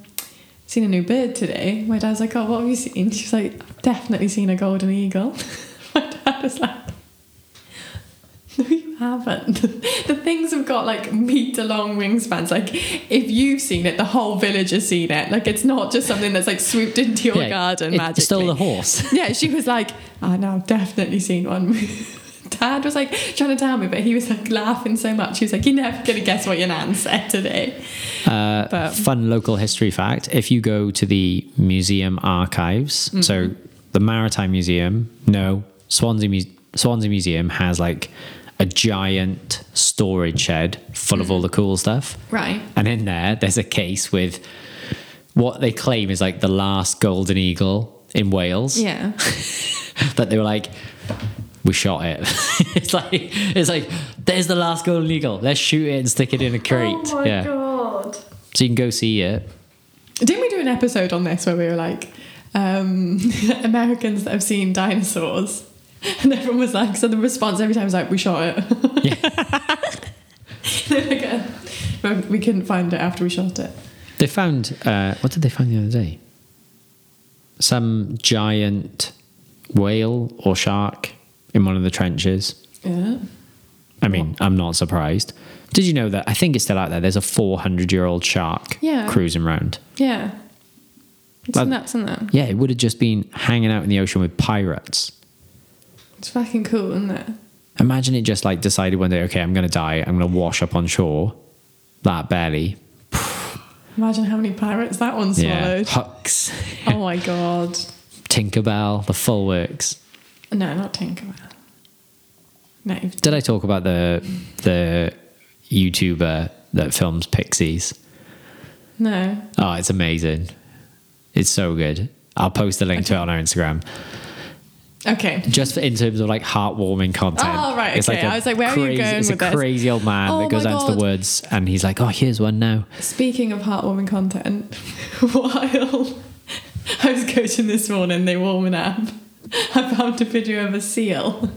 Speaker 2: "Seen a new bird today." My dad's like, "Oh, what have you seen?" She's like, "I've "Definitely seen a golden eagle." [LAUGHS] My dad was like, "No, you haven't. [LAUGHS] the things have got like meter long wingspans. Like, if you've seen it, the whole village has seen it. Like, it's not just something that's like swooped into your
Speaker 1: Yeah,
Speaker 2: garden
Speaker 1: it-
Speaker 2: magically."
Speaker 1: It's still the horse.
Speaker 2: yeah, she was like, "Oh no, I've definitely seen one." [LAUGHS] Dad was like trying to tell me, but he was like laughing so much. He was like, "You're never gonna guess what your nan said today."
Speaker 1: Uh,
Speaker 2: But-
Speaker 1: fun local history fact if you go to the museum archives
Speaker 2: Mm-hmm.
Speaker 1: so the maritime museum no swansea, Mu- swansea museum has like a giant storage shed full
Speaker 2: Mm-hmm.
Speaker 1: of all the cool stuff
Speaker 2: Right.
Speaker 1: and in there there's a case with what they claim is like the last golden eagle in wales
Speaker 2: Yeah.
Speaker 1: that they were like we shot it. [LAUGHS] it's like it's like there's the last golden eagle. Let's shoot it and stick it in a crate.
Speaker 2: [LAUGHS]
Speaker 1: yeah.
Speaker 2: Oh god.
Speaker 1: So you can go see it.
Speaker 2: Didn't we do an episode on this where we were like, um, [LAUGHS] Americans that have seen dinosaurs? [LAUGHS] And everyone was like, so the response every time was like, we shot it. [LAUGHS] Like, uh, but we couldn't find it after we shot it.
Speaker 1: They found uh, what did they find the other day? Some giant whale or shark in one of the trenches.
Speaker 2: Yeah.
Speaker 1: I mean, I'm not surprised. Did you know that? I think it's still out there. There's a 400 year old shark
Speaker 2: Yeah.
Speaker 1: cruising around.
Speaker 2: Yeah. It's
Speaker 1: Like-
Speaker 2: nuts, isn't it?
Speaker 1: Yeah, it would have just been hanging out in the ocean with pirates.
Speaker 2: It's fucking cool, isn't it?
Speaker 1: Imagine it just like decided one day, okay, I'm going to die. I'm going to wash up on shore. That belly.
Speaker 2: Imagine how many pirates that one
Speaker 1: Yeah.
Speaker 2: swallowed. [LAUGHS]
Speaker 1: Hooks. [LAUGHS]
Speaker 2: oh my god.
Speaker 1: Tinkerbell, the full works.
Speaker 2: No, not Tinkerbell. No, you've-
Speaker 1: Did I talk about the the YouTuber that films pixies?
Speaker 2: no.
Speaker 1: Oh, it's amazing. It's so good. I'll post a link to it on our Instagram.
Speaker 2: Okay.
Speaker 1: Just in terms of like heartwarming content.
Speaker 2: Oh, right, okay.
Speaker 1: a
Speaker 2: I was like, where are you
Speaker 1: crazy-
Speaker 2: going
Speaker 1: It's
Speaker 2: with
Speaker 1: a
Speaker 2: this?
Speaker 1: crazy old man
Speaker 2: Oh
Speaker 1: that goes
Speaker 2: my
Speaker 1: out into the
Speaker 2: God.
Speaker 1: woods and he's like, oh, here's one now.
Speaker 2: Speaking of heartwarming content, [LAUGHS] while I was coaching this morning, they warm an app. I found a video of a seal.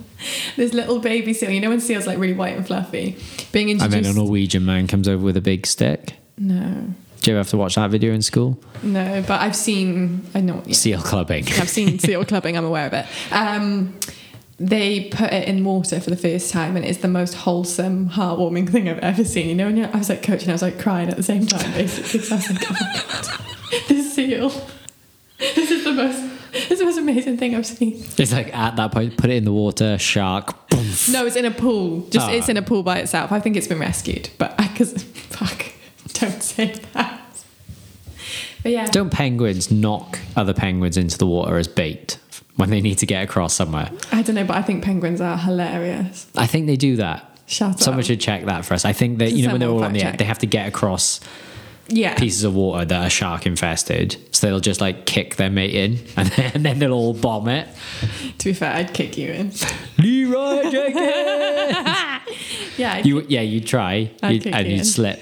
Speaker 2: This little baby seal. You know when seals like really white and fluffy, being
Speaker 1: And then
Speaker 2: introduced.
Speaker 1: a Norwegian man comes over with a big stick.
Speaker 2: no,
Speaker 1: Do you ever have to watch that video in school?
Speaker 2: no. But I've seen. I know. yeah.
Speaker 1: Seal clubbing. [LAUGHS]
Speaker 2: I've seen seal clubbing. I'm aware of it. Um, they put it in water for the first time, and it's the most wholesome, heartwarming thing I've ever seen. You know, and I was like coaching, I was like crying at the same time, basically. 'cause I was like, oh my god, [LAUGHS] this seal. This is the most. This is the most amazing thing I've seen.
Speaker 1: It's like at that point, put it in the water, shark. boom.
Speaker 2: No, it's in a pool. Just
Speaker 1: Ah.
Speaker 2: it's in a pool by itself. I think it's been rescued, but because [LAUGHS] fuck, don't say that. But yeah,
Speaker 1: Don't penguins knock other penguins into the water as bait when they need to get across somewhere?
Speaker 2: I don't know, but I think penguins are hilarious.
Speaker 1: I think they do that.
Speaker 2: Shut up.
Speaker 1: Someone should check that for us. I think that you know when they're all
Speaker 2: Someone
Speaker 1: on the
Speaker 2: fact check.
Speaker 1: they have to get across
Speaker 2: yeah.
Speaker 1: pieces of water that are shark infested, so they'll just like kick their mate in, [LAUGHS] and then, and then they'll all bomb it.
Speaker 2: To be fair, I'd kick you in.
Speaker 1: Leroy
Speaker 2: [LAUGHS]
Speaker 1: Jenkins.
Speaker 2: Yeah, I'd
Speaker 1: you yeah, you try
Speaker 2: I'd
Speaker 1: you'd,
Speaker 2: kick
Speaker 1: and
Speaker 2: you
Speaker 1: you'd
Speaker 2: in.
Speaker 1: slip.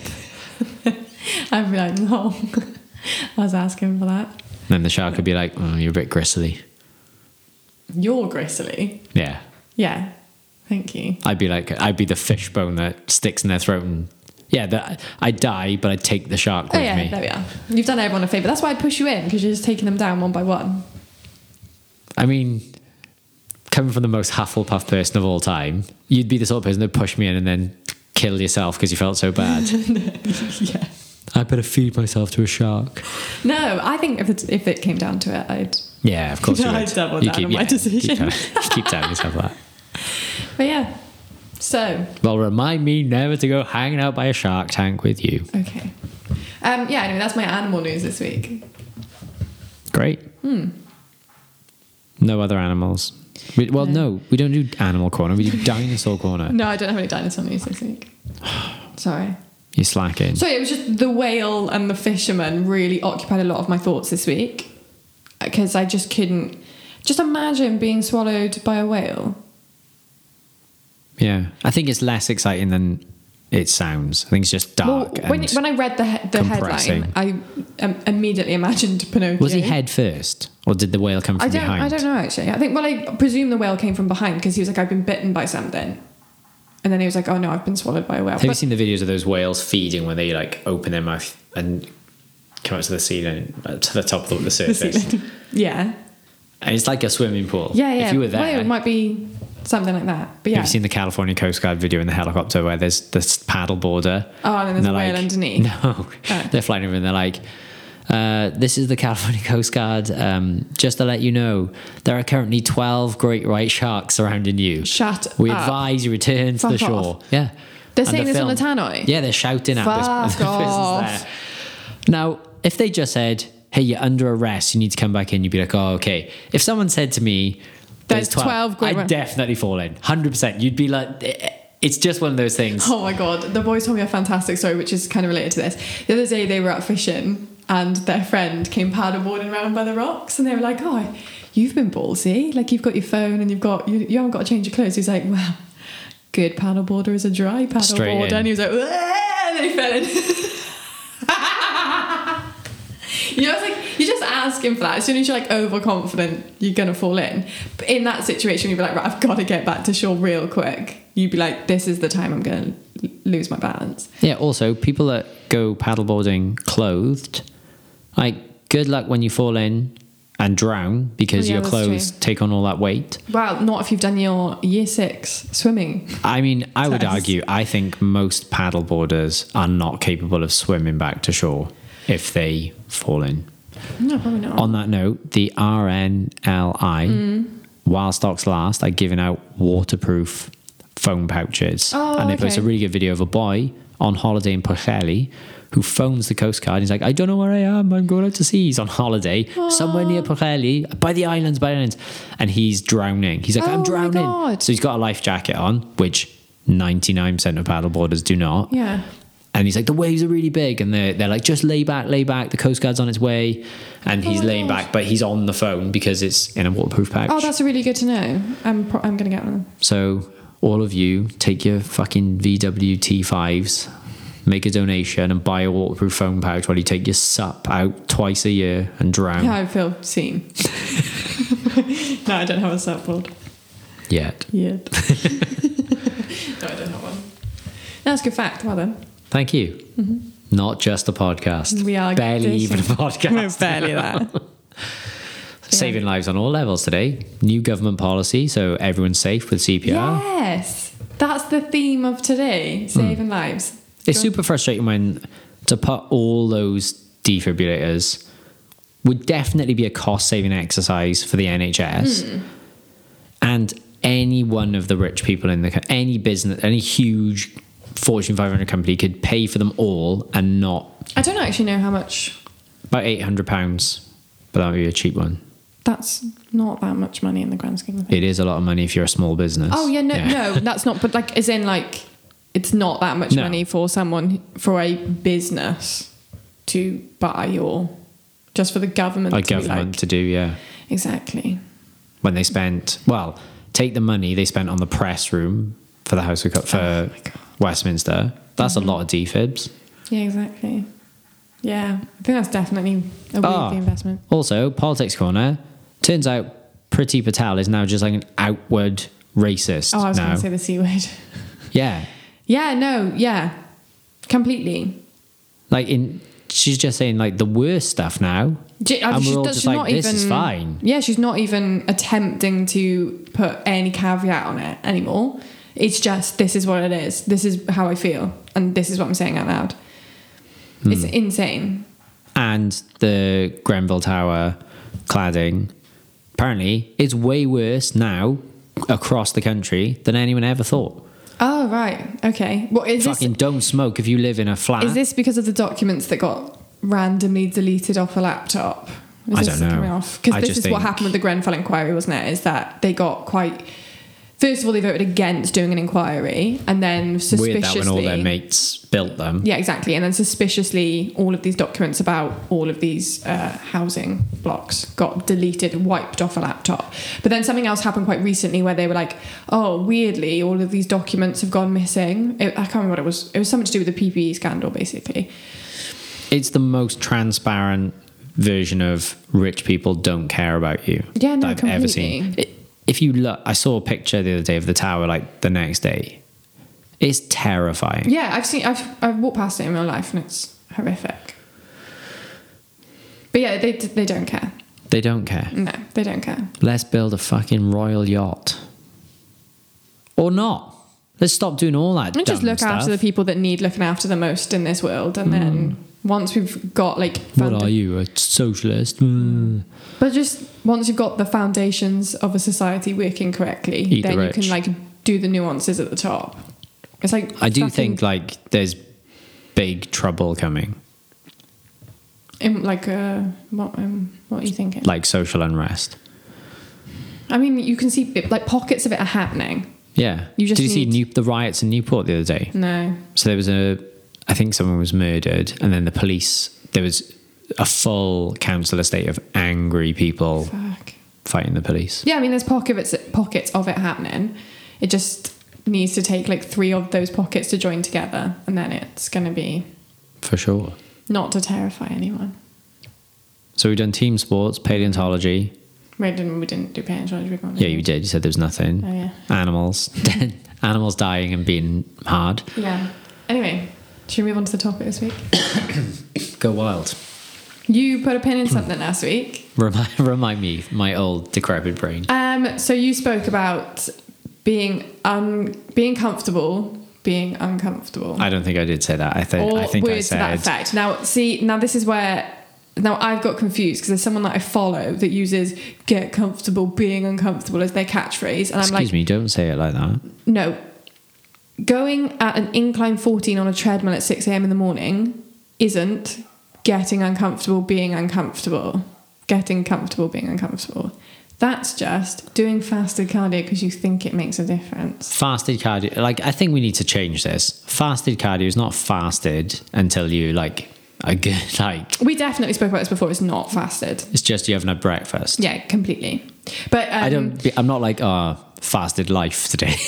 Speaker 2: I'd be like, no. [LAUGHS] I was asking for that.
Speaker 1: Then the shark would be like, oh, "You're a bit gristly."
Speaker 2: You're gristly.
Speaker 1: Yeah,
Speaker 2: Yeah. Thank you.
Speaker 1: I'd be like, I'd be the fish bone that sticks in their throat, and yeah, that I die, but I take the shark with
Speaker 2: oh, yeah,
Speaker 1: me.
Speaker 2: there we are. You've done everyone a favour. That's why I'd push you in, because you're just taking them down one by one.
Speaker 1: I mean, coming from the most Hufflepuff person of all time, you'd be the sort of person that push me in and then kill yourself because you felt so bad.
Speaker 2: [LAUGHS] yeah.
Speaker 1: I better feed myself to a shark.
Speaker 2: No, I think if, it's, if it came down to it, I'd.
Speaker 1: Yeah, of course. you
Speaker 2: No,
Speaker 1: would.
Speaker 2: [LAUGHS] I doubled
Speaker 1: You
Speaker 2: down on my decision.
Speaker 1: Keep telling, keep telling yourself that.
Speaker 2: But yeah. So,
Speaker 1: Well, remind me never to go hanging out by a shark tank with you.
Speaker 2: okay. Um, yeah, anyway, that's my animal news this week.
Speaker 1: Great.
Speaker 2: Hmm.
Speaker 1: No other animals. We, well, no. we don't do animal corner. We do dinosaur corner.
Speaker 2: No, I don't have any dinosaur news this week. [SIGHS] Sorry.
Speaker 1: You're slacking.
Speaker 2: So it was just the whale and the fisherman really occupied a lot of my thoughts this week because I just couldn't. Just imagine being swallowed by a whale.
Speaker 1: yeah, I think it's less exciting than it sounds. I think it's just dark.
Speaker 2: well, when,
Speaker 1: and-
Speaker 2: when I read the he- the
Speaker 1: compressing.
Speaker 2: headline, I um, immediately imagined [LAUGHS] Pinocchio.
Speaker 1: Was he head first, or did the whale come from
Speaker 2: I don't.
Speaker 1: behind?
Speaker 2: I don't know actually. I think. Well, I presume the whale came from behind because he was like, "I've been bitten by something," and then he was like, "Oh no, I've been swallowed by a whale."
Speaker 1: Have you
Speaker 2: But
Speaker 1: seen the videos of those whales feeding when they like open their mouth and come up to the ceiling, uh, to the top of the
Speaker 2: [LAUGHS] the
Speaker 1: surface?
Speaker 2: ceiling. yeah,
Speaker 1: And it's like a swimming pool.
Speaker 2: yeah, yeah.
Speaker 1: If you were there, eh?
Speaker 2: whale might be something like that. But yeah,
Speaker 1: have you seen the California Coast Guard video in the helicopter where there's this paddle border?
Speaker 2: Oh, and then there's a
Speaker 1: they're
Speaker 2: whale
Speaker 1: [LAUGHS]
Speaker 2: underneath.
Speaker 1: No,
Speaker 2: Oh.
Speaker 1: they're flying over and they're like. Uh, this is the California [LAUGHS] Coast Guard. Um, just to let you know, there are currently 12 great white sharks surrounding you.
Speaker 2: Shut
Speaker 1: We
Speaker 2: up.
Speaker 1: advise you return to the
Speaker 2: Fuck
Speaker 1: shore.
Speaker 2: off.
Speaker 1: Yeah.
Speaker 2: They're
Speaker 1: And
Speaker 2: saying
Speaker 1: the
Speaker 2: this on the
Speaker 1: film-
Speaker 2: tannoy?
Speaker 1: Yeah, they're shouting at this,
Speaker 2: Fuck
Speaker 1: [LAUGHS] this person's
Speaker 2: off.
Speaker 1: there. Now, if they just said, hey, you're under arrest, you need to come back in, you'd be like, oh, okay. If someone said to me, there's,
Speaker 2: There's
Speaker 1: 12,
Speaker 2: 12 great
Speaker 1: I'd
Speaker 2: ones.
Speaker 1: definitely fall in. 100%. You'd be like, eh, eh, it's just one of those things.
Speaker 2: Oh my god, the boys told me a fantastic story which is kind of related to this. The other day they were out fishing and their friend came paddleboarding around by the rocks and they were like, Oh, you've been ballsy. Like you've got your phone and you've got you, you haven't got to change your clothes. He's like, Wow, good paddleboarder is a dry
Speaker 1: Straight
Speaker 2: paddleboarder
Speaker 1: in.
Speaker 2: and he was like, "Wah," and then he fell in. [LAUGHS] You know, it's like you're just asking for that. As soon as you're like overconfident, you're gonna fall in. But in that situation, you'd be like, right, I've got to get back to shore real quick. You'd be like, this is the time I'm gonna l- lose my balance.
Speaker 1: Yeah, also, people that go paddleboarding clothed, like, good luck when you fall in and drown because
Speaker 2: Yeah,
Speaker 1: your
Speaker 2: that's
Speaker 1: clothes
Speaker 2: true.
Speaker 1: take on all that weight.
Speaker 2: Well, not if you've done your year six swimming.
Speaker 1: I mean, I would
Speaker 2: Test.
Speaker 1: argue, I think most paddleboarders are not capable of swimming back to shore if they fall in.
Speaker 2: No, probably not.
Speaker 1: On that note, the RNLI,
Speaker 2: Hmm.
Speaker 1: while stocks last, are giving out waterproof phone pouches.
Speaker 2: Oh,
Speaker 1: and they post a
Speaker 2: okay.
Speaker 1: really good video of a boy on holiday in Pocheli who phones the Coast Guard. He's like, I don't know where I am. I'm going out to sea. He's on holiday somewhere near Pocheli, by the islands, by the islands. And he's drowning. He's like,
Speaker 2: Oh
Speaker 1: I'm
Speaker 2: my
Speaker 1: drowning.
Speaker 2: God.
Speaker 1: So he's got a life jacket on, which 99% of paddleboarders do not.
Speaker 2: yeah.
Speaker 1: And he's like, the waves are really big. And they're, they're like, just lay back, lay back. The Coast Guard's on its way. And he's
Speaker 2: my
Speaker 1: laying
Speaker 2: Oh, gosh.
Speaker 1: back, but he's on the phone because it's in a waterproof pouch.
Speaker 2: Oh, that's really good to know. I'm pro- I'm gonna get one.
Speaker 1: so, all of you, take your fucking VW T5s, make a donation, and buy a waterproof phone pouch while you take your sup out twice a year and drown.
Speaker 2: Yeah, I feel seen. [LAUGHS] no, I don't have a surfboard
Speaker 1: Yet. [LAUGHS]
Speaker 2: yet. no, I don't have one. That's a good fact. Well then,
Speaker 1: Thank you. Not just a podcast.
Speaker 2: Mm-hmm. We are
Speaker 1: barely
Speaker 2: dating. [LAUGHS]
Speaker 1: even a podcast. [LAUGHS]
Speaker 2: barely that.
Speaker 1: Saving lives on all levels today. New government policy, so everyone's safe with CPR.
Speaker 2: Yes, that's the theme of today: saving
Speaker 1: Hmm.
Speaker 2: lives.
Speaker 1: It's super frustrating when to put all those defibrillators would definitely be a cost saving exercise for the NHS.
Speaker 2: Hmm.
Speaker 1: And any one of the rich people in the co- any business, any huge Fortune 500 company could pay for them all and not
Speaker 2: I don't actually know how much.
Speaker 1: about 800 pounds. But that would be a cheap one.
Speaker 2: That's not that much money in the grand scheme of things.
Speaker 1: It is a lot of money if you're a small business.
Speaker 2: Oh yeah, no, no, that's not. But like, as in, like, it's not that much
Speaker 1: No.
Speaker 2: money for someone for a business to buy or just for the government.
Speaker 1: A
Speaker 2: to be like-
Speaker 1: government to do, yeah.
Speaker 2: exactly.
Speaker 1: when they spent well take the money they spent on the press room for the house of Co- for
Speaker 2: Oh my God.
Speaker 1: westminster that's a lot of defibs
Speaker 2: Yeah, exactly. Yeah, I think that's definitely a
Speaker 1: Ah,
Speaker 2: worthy investment.
Speaker 1: also politics corner turns out pretty patel is now just like an outward racist
Speaker 2: Oh, I was
Speaker 1: now
Speaker 2: going to say the c word. [LAUGHS]
Speaker 1: yeah
Speaker 2: yeah, no, yeah, completely.
Speaker 1: like in she's just saying like the worst stuff now
Speaker 2: J-
Speaker 1: and
Speaker 2: she-
Speaker 1: we're all
Speaker 2: does-
Speaker 1: just
Speaker 2: she's
Speaker 1: like
Speaker 2: not
Speaker 1: this is
Speaker 2: even-
Speaker 1: fine
Speaker 2: Yeah, she's not even attempting to put any caveat on it anymore. It's just this is what it is. This is how I feel, and this is what I'm saying out loud. It's
Speaker 1: Hmm.
Speaker 2: insane.
Speaker 1: and the grenville tower cladding apparently it's way worse now across the country than anyone ever thought
Speaker 2: Oh right, okay. What is this?
Speaker 1: fucking don't smoke if you live in a flat.
Speaker 2: Is this because of the documents that got randomly deleted off a laptop? Is
Speaker 1: I
Speaker 2: this
Speaker 1: don't know.
Speaker 2: coming off?
Speaker 1: I
Speaker 2: Because this
Speaker 1: just
Speaker 2: is what
Speaker 1: think-
Speaker 2: happened with the Grenfell inquiry, wasn't it? Is that they got quite. First of all, they voted against doing an inquiry, and then suspiciously
Speaker 1: Weird that when all their mates built them.
Speaker 2: Yeah, exactly. And then suspiciously, all of these documents about all of these uh, housing blocks got deleted, wiped off a laptop. But then something else happened quite recently where they were like, oh, weirdly, all of these documents have gone missing. It, I can't remember what it was. It was something to do with the PPE scandal, basically.
Speaker 1: It's the most transparent version of rich people don't care about you
Speaker 2: Yeah, no,
Speaker 1: that I've ever seen. It, if you look, I saw a picture the other day of the tower, like the next day. It's terrifying.
Speaker 2: Yeah, I've seen, I've, I've walked past it in real life and it's horrific. But yeah, they, they don't care.
Speaker 1: They don't care.
Speaker 2: No, they don't care.
Speaker 1: Let's build a fucking royal yacht. Or not. Let's stop doing all that.
Speaker 2: And just
Speaker 1: dumb
Speaker 2: look
Speaker 1: stuff.
Speaker 2: after the people that need looking after the most in this world, and then once we've got like,
Speaker 1: Hmm. What
Speaker 2: founda-
Speaker 1: are you, a socialist? Mm.
Speaker 2: but just once you've got the foundations of a society working correctly,
Speaker 1: Eat the
Speaker 2: then you
Speaker 1: rich.
Speaker 2: can like do the nuances at the top. It's like
Speaker 1: I do
Speaker 2: fucking-
Speaker 1: think like there's big trouble coming.
Speaker 2: in, like uh, what um, what are you thinking?
Speaker 1: like social unrest.
Speaker 2: I mean, you can see it- like pockets of it are happening.
Speaker 1: Yeah.
Speaker 2: You just
Speaker 1: Did you
Speaker 2: need-
Speaker 1: see New- the riots in Newport the other day?
Speaker 2: No,
Speaker 1: So there was a, I think someone was murdered, and then the police. There was a full council estate of angry people
Speaker 2: fuck.
Speaker 1: fighting the police.
Speaker 2: Yeah, I mean, there's pockets pockets of it happening. It just needs to take like three of those pockets to join together, and then it's going to be
Speaker 1: For sure.
Speaker 2: not to terrify anyone.
Speaker 1: So we've done team sports, paleontology.
Speaker 2: We didn't. We didn't do parent child agreement.
Speaker 1: Yeah, you did. You said there was nothing.
Speaker 2: Oh, yeah.
Speaker 1: Animals. [LAUGHS] Animals dying and being hard.
Speaker 2: Yeah. Anyway, should we move on to the topic this week?
Speaker 1: Go wild.
Speaker 2: You put a pin in something last week.
Speaker 1: Remind, [LAUGHS] remind me, my old decrepit brain.
Speaker 2: Um, so you spoke about being un- being comfortable, being uncomfortable.
Speaker 1: I don't think I did say that. I think
Speaker 2: or
Speaker 1: I think I
Speaker 2: words to that
Speaker 1: said
Speaker 2: effect. Now, see, now this is where now I've got confused because there's someone that I follow that uses "get comfortable being uncomfortable" as their catchphrase, and I'm
Speaker 1: Excuse
Speaker 2: like,
Speaker 1: me, don't say it like that.
Speaker 2: no. Going at an incline 14 on a treadmill at 6 a.m. in the morning isn't getting uncomfortable being uncomfortable. Getting comfortable being uncomfortable. That's just doing fasted cardio because you think it makes a difference.
Speaker 1: Fasted cardio like I think we need to change this. Fasted cardio is not fasted until you like a good [LAUGHS] like
Speaker 2: We definitely spoke about this before, it's not fasted.
Speaker 1: it's just you haven't had breakfast.
Speaker 2: Yeah, completely. But um,
Speaker 1: I don't be- I'm not like uh fasted life today. [LAUGHS]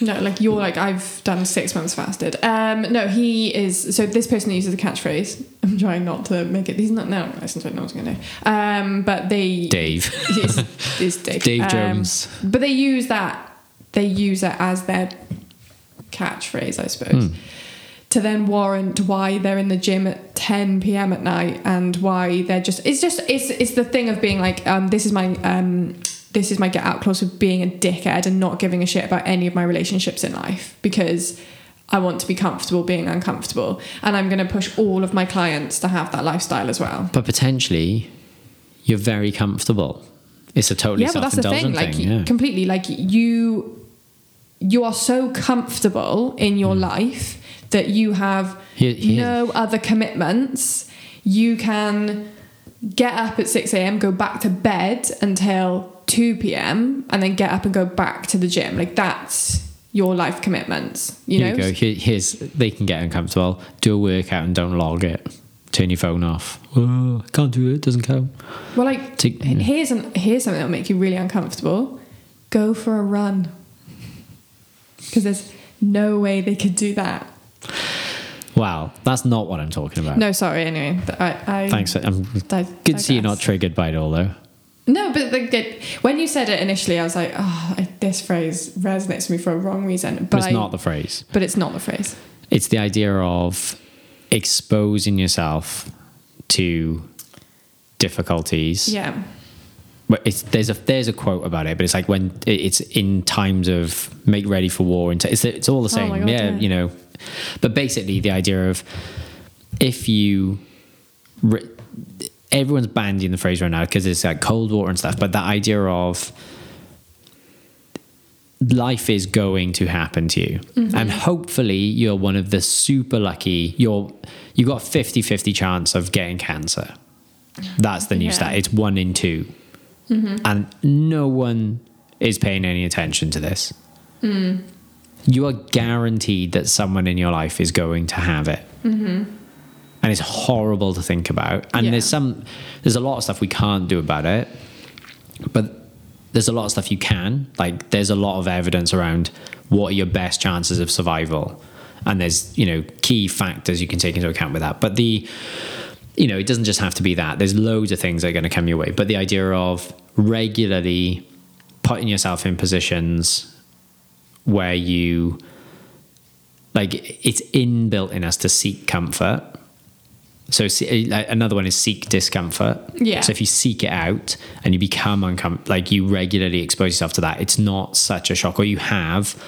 Speaker 2: No, like you're like I've done six months fasted. Um, no, he is. So this person uses the catchphrase. I'm trying not to make it. He's not. No, listen to it. No one's gonna. know. Um, but they.
Speaker 1: Dave.
Speaker 2: [LAUGHS] It's, it's Dave.
Speaker 1: Dave
Speaker 2: Um,
Speaker 1: Jones.
Speaker 2: But they use that. They use it as their catchphrase, I suppose, to then warrant why they're in the gym at 10 p.m. at night and why they're just. It's just. It's it's the thing of being like, um, this is my um, this is my get out clause of being a dickhead and not giving a shit about any of my relationships in life because. I want to be comfortable being uncomfortable, and I'm going to push all of my clients to have that lifestyle as well.
Speaker 1: But potentially you're very comfortable. It's a totally
Speaker 2: yeah, but that's the thing.
Speaker 1: self-indulgent
Speaker 2: Like
Speaker 1: yeah.
Speaker 2: completely, like you, you are so comfortable in your
Speaker 1: Hmm.
Speaker 2: life that you have
Speaker 1: Here- here-
Speaker 2: no other commitments. You can get up at six a.m., go back to bed until two p.m., and then get up and go back to the gym. Like that's your life commitments. You
Speaker 1: Here you
Speaker 2: know.
Speaker 1: go. Here, here's they can get uncomfortable. Do a workout and don't log it. Turn your phone off. Oh, can't do it. Doesn't count.
Speaker 2: Well, like
Speaker 1: To-
Speaker 2: here's an, here's something that'll make you really uncomfortable. Go for a run. Because there's no way they could do that.
Speaker 1: Wow, that's not what I'm talking about.
Speaker 2: No, sorry. Anyway, th- I, I
Speaker 1: Thanks. I'm
Speaker 2: di-
Speaker 1: good to see you're not
Speaker 2: digress.
Speaker 1: triggered by it all though.
Speaker 2: No, but the, the, when you said it initially, I was like, oh, I, this phrase resonates with me for a wrong reason. But
Speaker 1: But it's
Speaker 2: I-
Speaker 1: not the phrase.
Speaker 2: But it's not the phrase.
Speaker 1: It's the idea of exposing yourself to difficulties.
Speaker 2: Yeah.
Speaker 1: But it's, there's a there's a quote about it, but it's like when it- it's in times of make ready for war, and t- it's it's all the
Speaker 2: Oh my
Speaker 1: same,
Speaker 2: God,
Speaker 1: yeah,
Speaker 2: yeah.
Speaker 1: you know. But basically, the idea of if you re- everyone's bandying the phrase right now because it's like cold war and stuff, but that idea of life is going to happen to you and hopefully you're one of the super lucky you're you got a 50-50 chance of getting cancer that's the new
Speaker 2: Yeah.
Speaker 1: stat it's one in 2 and no one is paying any attention to this you are guaranteed that someone in your life is going to have it and it's horrible to think about and
Speaker 2: Yeah.
Speaker 1: there's some there's a lot of stuff we can't do about it but there's a lot of stuff you can like there's a lot of evidence around what are your best chances of survival and there's you know key factors you can take into account with that but the you know it doesn't just have to be that there's loads of things that are going to come your way but the idea of regularly putting yourself in positions where you like it's inbuilt in us to seek comfort so se- like, another one is seek discomfort.
Speaker 2: Yeah.
Speaker 1: So if you seek it out and you become uncomfortable, like you regularly expose yourself to that, it's not such a shock. Or you have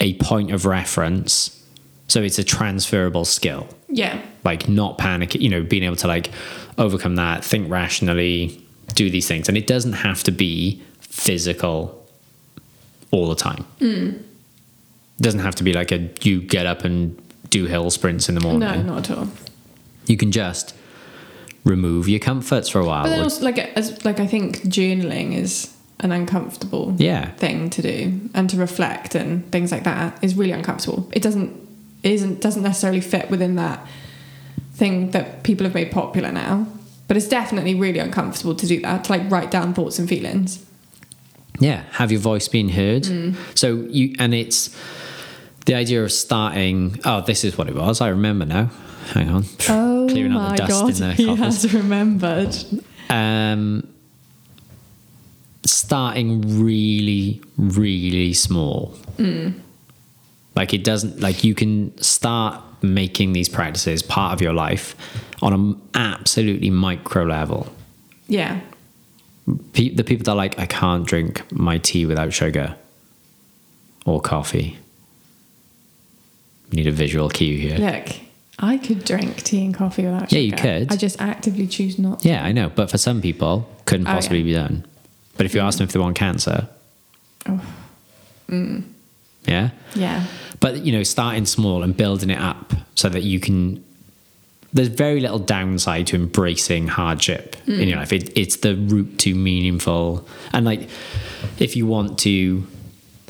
Speaker 1: a point of reference, so it's a transferable skill.
Speaker 2: Yeah.
Speaker 1: Like not panic, you know, being able to like overcome that, think rationally, do these things, and it doesn't have to be physical all the time.
Speaker 2: Hmm.
Speaker 1: It doesn't have to be like a you get up and do hill sprints in the morning
Speaker 2: No, not at all.
Speaker 1: you can just remove your comforts for a while.
Speaker 2: But then also, like, as, like I think journaling is an uncomfortable
Speaker 1: yeah.
Speaker 2: thing to do and to reflect and things like that is really uncomfortable. It doesn't it isn't doesn't necessarily fit within that thing that people have made popular now. But it's definitely really uncomfortable to do that, to like write down thoughts and feelings.
Speaker 1: Yeah. Have your voice been heard?
Speaker 2: Hmm.
Speaker 1: So you, and it's the idea of starting. Oh, this is what it was. I remember now. Hang on.
Speaker 2: Oh
Speaker 1: Clearing out
Speaker 2: my
Speaker 1: the dust
Speaker 2: god,
Speaker 1: in the
Speaker 2: [LAUGHS] he
Speaker 1: coffers.
Speaker 2: has remembered.
Speaker 1: Um, starting really, really small. Like it doesn't like you can start making these practices part of your life on an absolutely micro level.
Speaker 2: Yeah.
Speaker 1: Pe- the people that are like, I can't drink my tea without sugar or coffee. Need a visual cue here.
Speaker 2: Look, I could drink tea and coffee without
Speaker 1: Yeah,
Speaker 2: sugar.
Speaker 1: you could.
Speaker 2: I just actively choose not to.
Speaker 1: Yeah, I know. But for some people, couldn't
Speaker 2: Oh, yeah.
Speaker 1: possibly be done. But if you ask them if they want cancer,
Speaker 2: Oh. Mm.
Speaker 1: yeah.
Speaker 2: Yeah.
Speaker 1: But you know, starting small and building it up so that you can. There's very little downside to embracing hardship in your life. It, it's the route to meaningful, and like, if you want to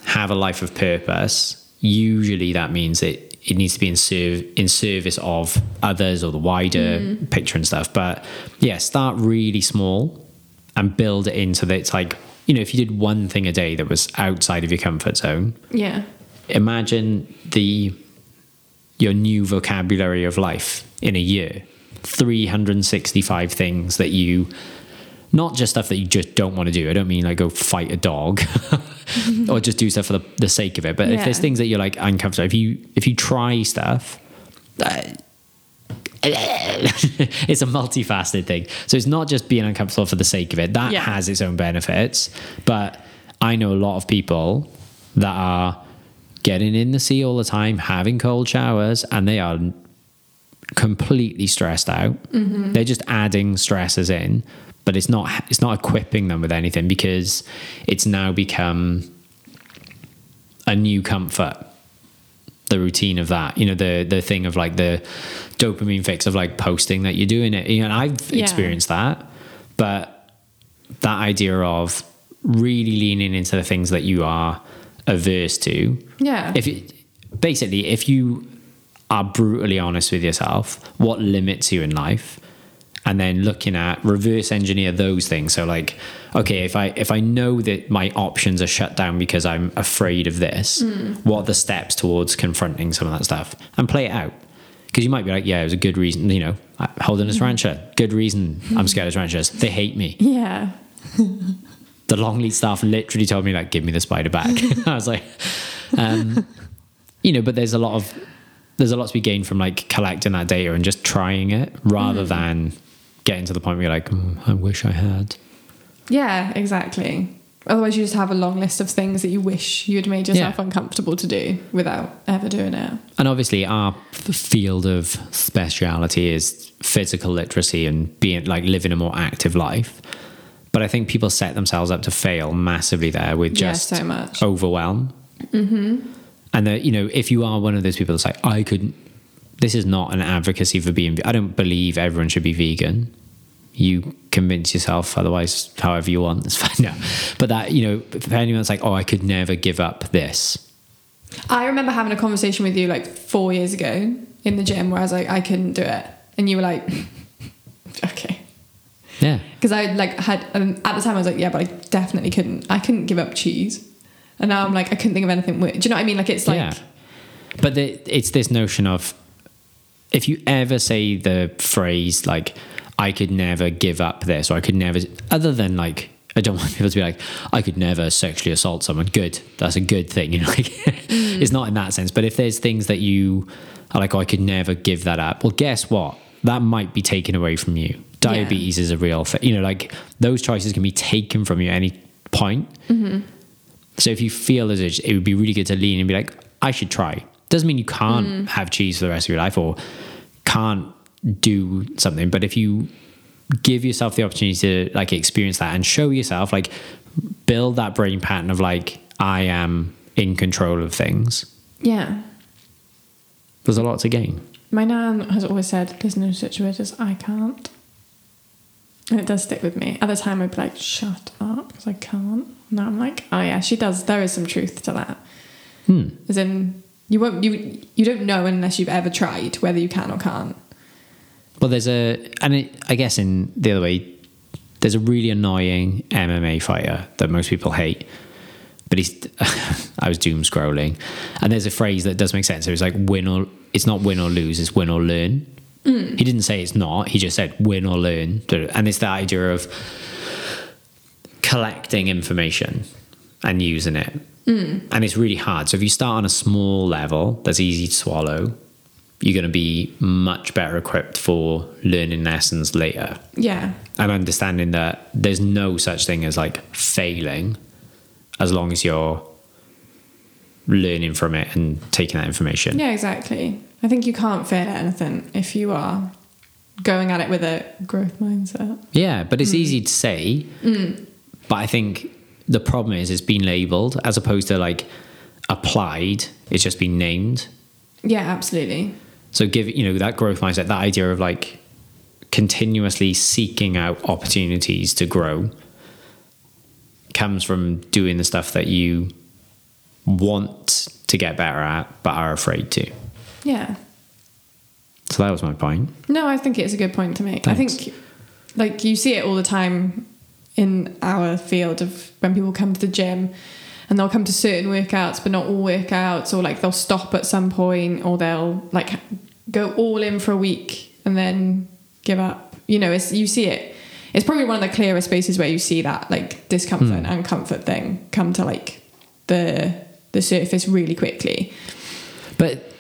Speaker 1: have a life of purpose, usually that means it it needs to be in serve in service of others or the wider picture and stuff. But yeah, start really small and build it in so that it's like you know, if you did one thing a day that was outside of your comfort zone,
Speaker 2: Yeah.
Speaker 1: imagine the your new vocabulary of life in a year 365 things that you not just stuff that you just don't want to do i don't mean like go fight a dog [LAUGHS] or just do stuff for the, the sake of it but if
Speaker 2: Yeah.
Speaker 1: there's things that you're like uncomfortable if you if you try stuff it's a multifaceted thing. So it's not just being uncomfortable for the sake of it. That
Speaker 2: Yeah.
Speaker 1: has its own benefits. But I know a lot of people that are getting in the sea all the time, having cold showers, and they are completely stressed out. They're just adding stresses in, but it's not it's not equipping them with anything because it's now become a new comfort the routine of that you know the the thing of like the dopamine fix of like posting that you're doing it you know and i've
Speaker 2: Yeah.
Speaker 1: experienced that but that idea of really leaning into the things that you are averse to
Speaker 2: Yeah.
Speaker 1: if you basically if you are brutally honest with yourself what limits you in life and then looking at reverse engineer those things so like okay if i if i know that my options are shut down because i'm afraid of this what are the steps towards confronting some of that stuff and play it out because you might be like yeah it was a good reason you know I- holding this rancher good reason i'm scared of ranchers they hate me
Speaker 2: yeah.
Speaker 1: the Longleat staff literally told me like, "Give me the spider back." [LAUGHS] I was like, um, you know, but there's a lot of there's a lot to be gained from like collecting that data and just trying it rather than getting to the point where you're like, "Mm, "I wish I had."
Speaker 2: Yeah, exactly. Otherwise, you just have a long list of things that you wish you had made yourself
Speaker 1: Yeah.
Speaker 2: uncomfortable to do without ever doing it.
Speaker 1: And obviously, our f- field of speciality is physical literacy and being like living a more active life. But I think people set themselves up to fail massively there with
Speaker 2: Yeah,
Speaker 1: just
Speaker 2: so much.
Speaker 1: overwhelm. Mm-hmm. And that you know, if you are one of those people that's like, I couldn't. This is not an advocacy for being. I don't believe everyone should be vegan. You convince yourself otherwise, however you want. It's fine. [LAUGHS] No, but that you know, if anyone's like, oh, I could never give up this.
Speaker 2: I remember having a conversation with you like four years ago in the gym where I was like, I couldn't do it. And you were like, [LAUGHS] okay.
Speaker 1: Yeah.
Speaker 2: Because I like had, um, at the time I was like, yeah, but I definitely couldn't. I couldn't give up cheese. And now I'm like, I couldn't think of anything weird. Do you know what I mean? Like, it's like,
Speaker 1: yeah. But the, it's this notion of if you ever say the phrase like I could never give up this or I could never other than like I don't [LAUGHS] want people to be like I could never sexually assault someone. Good. That's a good thing, [LAUGHS] you know. Like
Speaker 2: Mm.
Speaker 1: it's not in that sense, but if there's things that you are like oh, I could never give that up. Well, guess what? That might be taken away from you. Diabetes is a real thing. You know, like those choices can be taken from you at any point. So if you feel as if it would be really good to lean and be like, I should try. Doesn't mean you can't have cheese for the rest of your life or can't do something. But if you give yourself the opportunity to like experience that and show yourself, like build that brain pattern of like, I am in control of things.
Speaker 2: yeah.
Speaker 1: There's a lot to gain.
Speaker 2: My nan has always said, "There's no such word as I can't," and it does stick with me. At the time, I'd be like, "Shut up," because I can't. Now I'm like, "Oh yeah, she does." There is some truth to that. As in, you won't you you don't know unless you've ever tried whether you can or can't.
Speaker 1: Well, there's a, and it, I guess in the other way, there's a really annoying MMA fighter that most people hate. But he's, [LAUGHS] I was doom scrolling, and there's a phrase that does make sense. It was like win or it's not win or lose, it's win or learn. He didn't say it's not. He just said win or learn, and it's the idea of collecting information and using it. And it's really hard. So if you start on a small level that's easy to swallow, you're going to be much better equipped for learning lessons later
Speaker 2: Yeah.
Speaker 1: and understanding that there's no such thing as like failing as long as you're learning from it and taking that information.
Speaker 2: Yeah, exactly. I think you can't fail at anything if you are going at it with a growth mindset.
Speaker 1: Yeah, but it's easy to say. But I think the problem is it's been labeled as opposed to like applied, it's just been named.
Speaker 2: Yeah, absolutely.
Speaker 1: So give you know that growth mindset, that idea of like continuously seeking out opportunities to grow comes from doing the stuff that you want to get better at but are afraid to.
Speaker 2: Yeah.
Speaker 1: So that was my point.
Speaker 2: No, I think it's a good point to make. I
Speaker 1: Thanks.
Speaker 2: think, like, you see it all the time in our field of when people come to the gym and they'll come to certain workouts, but not all workouts, or like they'll stop at some point, or they'll like go all in for a week and then give up. You know, it's you see it. It's probably one of the clearer spaces where you see that like discomfort
Speaker 1: Hmm.
Speaker 2: and comfort thing come to like the the surface
Speaker 1: [LAUGHS]
Speaker 2: really quickly.
Speaker 1: But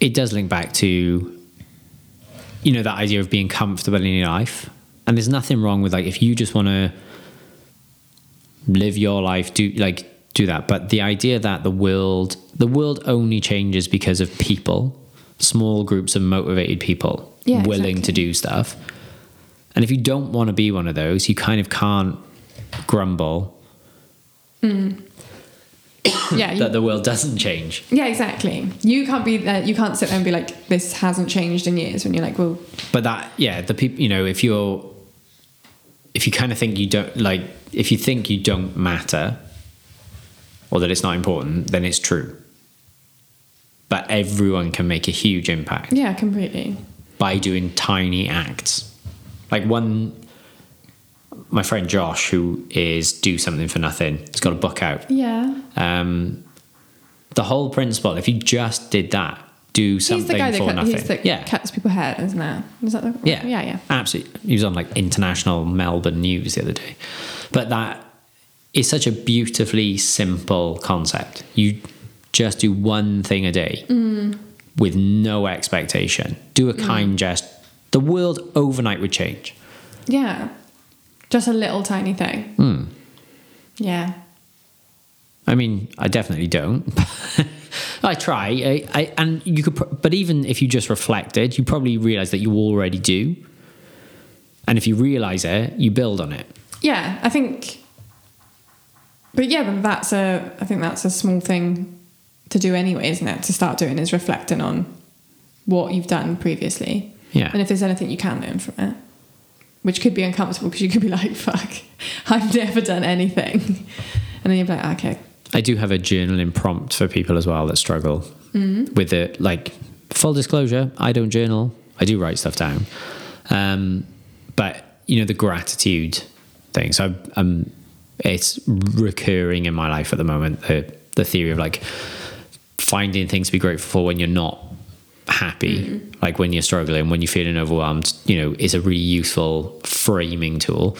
Speaker 1: it does link back to, you know, that idea of being comfortable in your life. And there's nothing wrong with like if you just want to live your life, do like do that. But the idea that the world, the world only changes because of people, small groups of motivated people
Speaker 2: Yeah,
Speaker 1: willing to
Speaker 2: exactly.
Speaker 1: do stuff. And if you don't want to be one of those, you kind of can't grumble
Speaker 2: yeah, you
Speaker 1: that the world doesn't change.
Speaker 2: Yeah, exactly. You can't be there. You can't sit there and be like, this hasn't changed in years. When you're like, well,
Speaker 1: but that yeah the people you know if you're if you kind of think you don't like if you think you don't matter or that it's not important then it's true but everyone can make a huge impact
Speaker 2: yeah, completely.
Speaker 1: by doing tiny acts like one my friend josh who is do something for nothing he's got a book out
Speaker 2: Yeah.
Speaker 1: um the whole principle if you just did that do something
Speaker 2: he's the guy that,
Speaker 1: for
Speaker 2: cut,
Speaker 1: nothing
Speaker 2: he's that
Speaker 1: yeah
Speaker 2: cuts people's hair, isn't it? Is that the
Speaker 1: yeah.
Speaker 2: Yeah, yeah.
Speaker 1: Absolutely. He was on like international Melbourne news the other day. But that is such a beautifully simple concept. You just do one thing a day
Speaker 2: Mm.
Speaker 1: with no expectation. Do a kind gest. The world overnight would change.
Speaker 2: Yeah. Just a little tiny thing.
Speaker 1: Hmm.
Speaker 2: Yeah.
Speaker 1: I mean, I definitely don't. [LAUGHS] I try, I, I, and you could, pro- but even if you just reflected, you probably realize that you already do. And if you realize it, you build on it.
Speaker 2: Yeah, I think. But yeah, but that's a. I think that's a small thing to do anyway, isn't it? To start doing is reflecting on what you've done previously.
Speaker 1: Yeah.
Speaker 2: And if there's anything you can learn from it, which could be uncomfortable because you could be [LAUGHS] like, "Fuck, I've never done anything," and then you're like, "Okay,
Speaker 1: I do have a journaling prompt for people as well that struggle with it. Like, full disclosure, I don't journal. I do write stuff down. Um, but, you know, the gratitude thing. So I'm, um, it's recurring in my life at the moment, the, the theory of like finding things to be grateful for when you're not happy, like when you're struggling, when you're feeling overwhelmed, you know, is a really useful framing tool.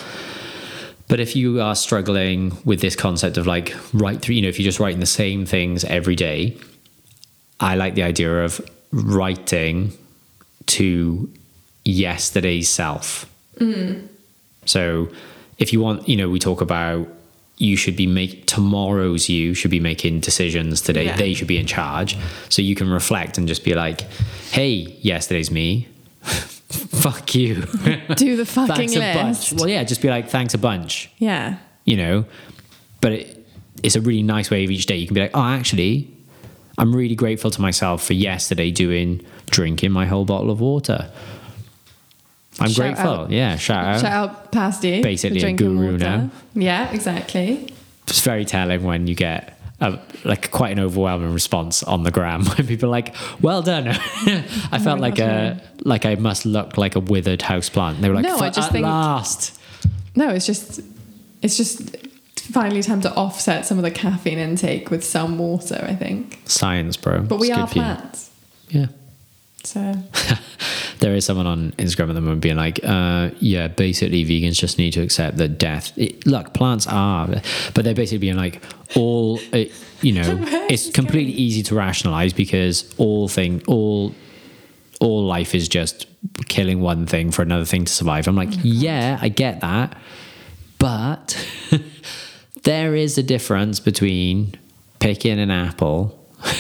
Speaker 1: But if you are struggling with this concept of like write through, you know, if you're just writing the same things every day, I like the idea of writing to yesterday's self.
Speaker 2: Mm.
Speaker 1: So if you want, you know, we talk about you should be make tomorrow's you should be making decisions today.
Speaker 2: Yeah.
Speaker 1: They should be in charge. So you can reflect and just be like, hey, yesterday's me. [LAUGHS] Fuck you. [LAUGHS]
Speaker 2: do the fucking
Speaker 1: Thanks a bunch.
Speaker 2: list."
Speaker 1: Well, yeah, just be like, thanks a bunch
Speaker 2: Yeah,
Speaker 1: you know but it, it's a really nice way of each day you can be like oh actually i'm really grateful to myself for yesterday doing drinking my whole bottle of water i'm
Speaker 2: Shout
Speaker 1: grateful
Speaker 2: out.
Speaker 1: yeah shout out
Speaker 2: shout out pasty. for
Speaker 1: Oh. Basically a
Speaker 2: drinking
Speaker 1: guru
Speaker 2: water.
Speaker 1: now.
Speaker 2: Yeah, exactly.
Speaker 1: it's very telling when you get a, like quite an overwhelming response on the gram [LAUGHS] when people are like well done [LAUGHS] i felt like
Speaker 2: Oh God,
Speaker 1: a like i must look like a withered houseplant they were like
Speaker 2: No, I
Speaker 1: "F-
Speaker 2: just
Speaker 1: at
Speaker 2: think-
Speaker 1: last
Speaker 2: No, it's just it's just finally time to offset some of the caffeine intake with some water, I think.
Speaker 1: science bro
Speaker 2: But we
Speaker 1: It's
Speaker 2: are
Speaker 1: good for you.
Speaker 2: plants.
Speaker 1: yeah
Speaker 2: So
Speaker 1: [LAUGHS] there is someone on Instagram at the moment being like, uh, yeah, basically vegans just need to accept that death. It, look, plants are, but they're basically being like, all, uh, you know,
Speaker 2: Where is
Speaker 1: it's
Speaker 2: this
Speaker 1: completely easy to rationalize because all thing, all all life is just killing one thing for another thing to survive. I'm like, yeah, I get that. But [LAUGHS] there is a difference between picking an apple [LAUGHS]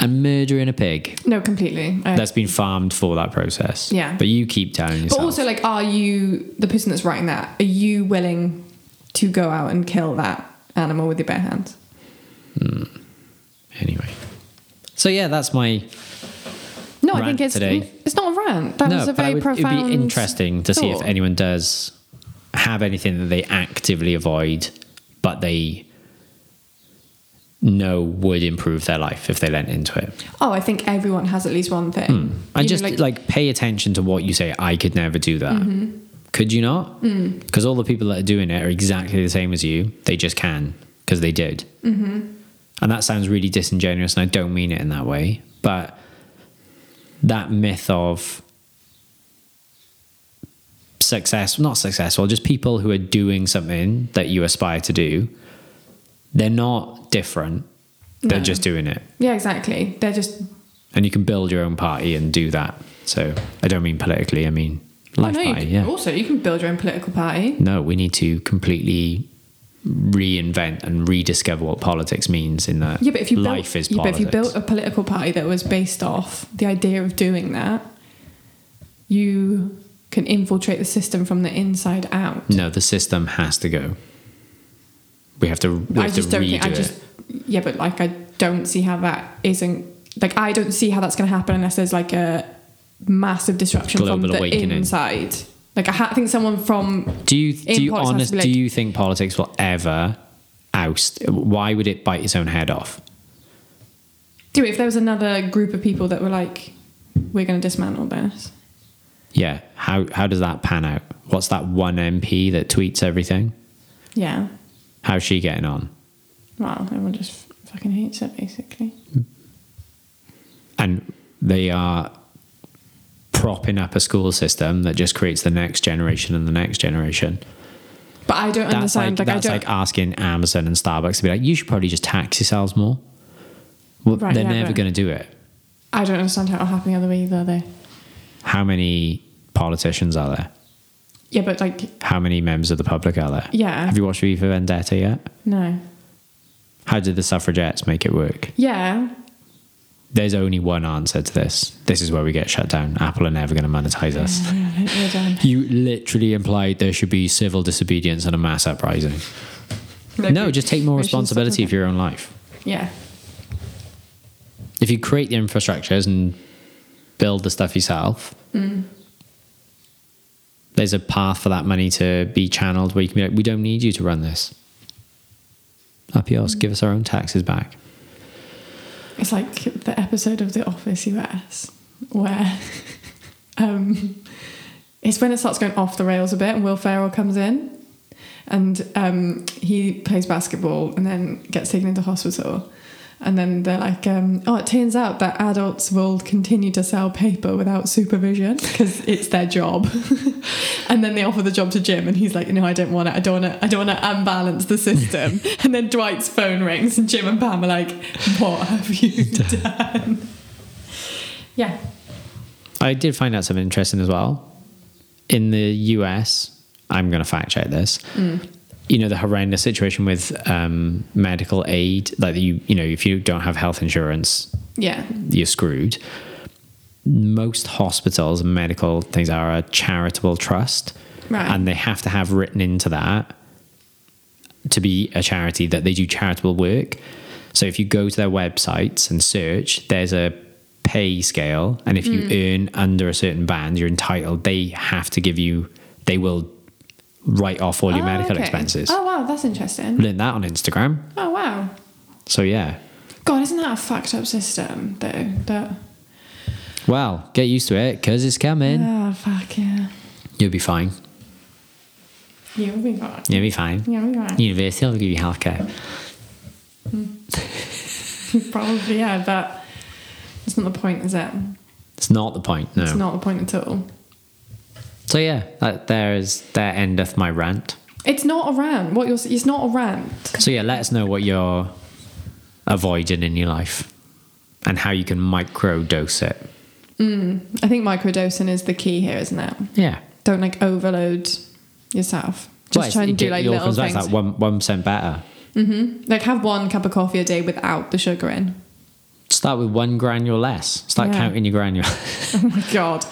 Speaker 1: and murdering a pig
Speaker 2: No, completely. I-
Speaker 1: that's been farmed for that process.
Speaker 2: Yeah.
Speaker 1: But you keep telling yourself.
Speaker 2: but also, like, are you the person that's writing that? Are you willing to go out and kill that animal with your bare hands?
Speaker 1: anyway. So yeah, that's my
Speaker 2: No, I
Speaker 1: Rant
Speaker 2: think it's
Speaker 1: today.
Speaker 2: it's not a rant. That
Speaker 1: no.
Speaker 2: was a
Speaker 1: but I
Speaker 2: very
Speaker 1: would-
Speaker 2: profound.
Speaker 1: It'd be interesting to see if
Speaker 2: thought.
Speaker 1: anyone does have anything that they actively avoid, but they know would improve their life if they lent into it.
Speaker 2: Oh, I think everyone has at least one thing. You
Speaker 1: And
Speaker 2: know,
Speaker 1: Hmm. just like, pay attention to what you say. I could never do that.
Speaker 2: Mm-hmm.
Speaker 1: Could you not?
Speaker 2: Mm.
Speaker 1: Because all the people that are doing it are exactly the same as you. They just can because they did. Mm-hmm. And that sounds really disingenuous, and I don't mean it in that way. But that myth of success, not successful, just people who are doing something that you aspire to do, they're not different. They're
Speaker 2: No.
Speaker 1: just doing it
Speaker 2: yeah, exactly. They're just
Speaker 1: and you can build your own party and do that. So I don't mean politically. I mean
Speaker 2: Oh,
Speaker 1: life
Speaker 2: no, you
Speaker 1: party.
Speaker 2: can-
Speaker 1: Yeah.
Speaker 2: Also, you can build your own political party.
Speaker 1: No, we need to completely reinvent and rediscover what politics means in that.
Speaker 2: Yeah, but if you
Speaker 1: life
Speaker 2: built,
Speaker 1: is
Speaker 2: yeah, but
Speaker 1: politics.
Speaker 2: if you built a political party that was based off the idea of doing that, you can infiltrate the system from the inside out.
Speaker 1: no, the system has to go. We have to. We
Speaker 2: I
Speaker 1: have
Speaker 2: just
Speaker 1: to
Speaker 2: don't
Speaker 1: redo
Speaker 2: think. I
Speaker 1: it.
Speaker 2: just yeah, but like I don't see how that isn't like I don't see how that's going to happen unless there's like a massive disruption from
Speaker 1: Global
Speaker 2: the
Speaker 1: awakening.
Speaker 2: inside. Like I ha- think someone from
Speaker 1: Do you
Speaker 2: in
Speaker 1: do you
Speaker 2: politics has to
Speaker 1: honest,
Speaker 2: be
Speaker 1: do
Speaker 2: like-
Speaker 1: you think politics will ever oust? Why would it bite its own head off?
Speaker 2: do if there was another group of people that were like, we're going to dismantle this.
Speaker 1: Yeah. How how does that pan out? What's that one MP that tweets everything?
Speaker 2: Yeah.
Speaker 1: How's she getting on?
Speaker 2: Well, everyone just fucking hates it basically.
Speaker 1: and they are propping up a school system that just creates the next generation and the next generation.
Speaker 2: But I don't
Speaker 1: That's like,
Speaker 2: understand. Like,
Speaker 1: that's
Speaker 2: I don't.
Speaker 1: like asking Amazon and Starbucks to be like, you should probably just tax yourselves more. Well,
Speaker 2: Right,
Speaker 1: they're
Speaker 2: yeah,
Speaker 1: never
Speaker 2: but-
Speaker 1: going to do it.
Speaker 2: I don't understand how it'll happen the other way either. Though.
Speaker 1: How many politicians are there?
Speaker 2: Yeah, but like
Speaker 1: How many members of the public are there?
Speaker 2: Yeah.
Speaker 1: Have you watched V for Vendetta yet?
Speaker 2: no.
Speaker 1: How did the suffragettes make it work?
Speaker 2: Yeah. [LAUGHS]
Speaker 1: There's only one answer to this. This is where we get shut down. Apple are never going to monetize us.
Speaker 2: Yeah, we're done.
Speaker 1: You literally implied there should be civil disobedience and a mass uprising.
Speaker 2: No,
Speaker 1: No,
Speaker 2: we-
Speaker 1: just take more
Speaker 2: we should stop
Speaker 1: responsibility
Speaker 2: doing
Speaker 1: for your own life.
Speaker 2: Yeah.
Speaker 1: If you create the infrastructures and build the stuff yourself, there's a path for that money to be channeled where you can be like, we don't need you to run this. Up yours, give us our own taxes back.
Speaker 2: It's like the episode of The Office US where [LAUGHS] um, it's when it starts going off the rails a bit and Will Ferrell comes in and um, he plays basketball and then gets taken into hospital. And then they're like, um, oh, it turns out that adults will continue to sell paper without supervision because it's their job. [LAUGHS] and then they offer the job to Jim, and he's like, no, I don't want it. I don't want to. I don't want to unbalance the [LAUGHS] system. and then Dwight's phone rings, and Jim and Pam are like, what have you [LAUGHS] done? yeah.
Speaker 1: I did find out something interesting as well. In the US, I'm going to fact check this. You know the horrendous situation with um, medical aid, like you, you know, if you don't have health insurance,
Speaker 2: Yeah.
Speaker 1: you're screwed. Most hospitals and medical things are a charitable trust,
Speaker 2: Right.
Speaker 1: and they have to have written into that to be a charity that they do charitable work. So if you go to their websites and search, there's a pay scale, and if
Speaker 2: Hmm.
Speaker 1: you earn under a certain band, you're entitled. They have to give you. They will write off all your
Speaker 2: Oh,
Speaker 1: medical
Speaker 2: okay.
Speaker 1: expenses.
Speaker 2: Oh, wow. That's interesting.
Speaker 1: Learned that on Instagram.
Speaker 2: Oh, wow.
Speaker 1: So yeah,
Speaker 2: God, isn't that a fucked up system, though? That.
Speaker 1: well, get used to it because it's coming.
Speaker 2: Oh, fuck yeah.
Speaker 1: You'll be fine.
Speaker 2: You'll be fine.
Speaker 1: You'll be fine.
Speaker 2: You'll be fine.
Speaker 1: University will give you healthcare.
Speaker 2: [LAUGHS] Probably, yeah, but that's not the point, is it?
Speaker 1: It's not the point, no.
Speaker 2: It's not the point at all.
Speaker 1: So yeah, that there is there endeth my rant.
Speaker 2: It's not a rant. What you're, s- it's not a rant.
Speaker 1: So yeah, let us know what you're avoiding in your life and how you can micro dose it.
Speaker 2: I think microdosing is the key here, isn't it?
Speaker 1: Yeah.
Speaker 2: Don't like overload yourself. Just
Speaker 1: Well,
Speaker 2: try
Speaker 1: it-
Speaker 2: and do
Speaker 1: it
Speaker 2: like
Speaker 1: all
Speaker 2: little
Speaker 1: comes back
Speaker 2: things.
Speaker 1: to that one one percent better.
Speaker 2: Like have one cup of coffee a day without the sugar in. [LAUGHS]
Speaker 1: Start with one granule less. Start
Speaker 2: Yeah.
Speaker 1: counting your granule.
Speaker 2: Oh my god.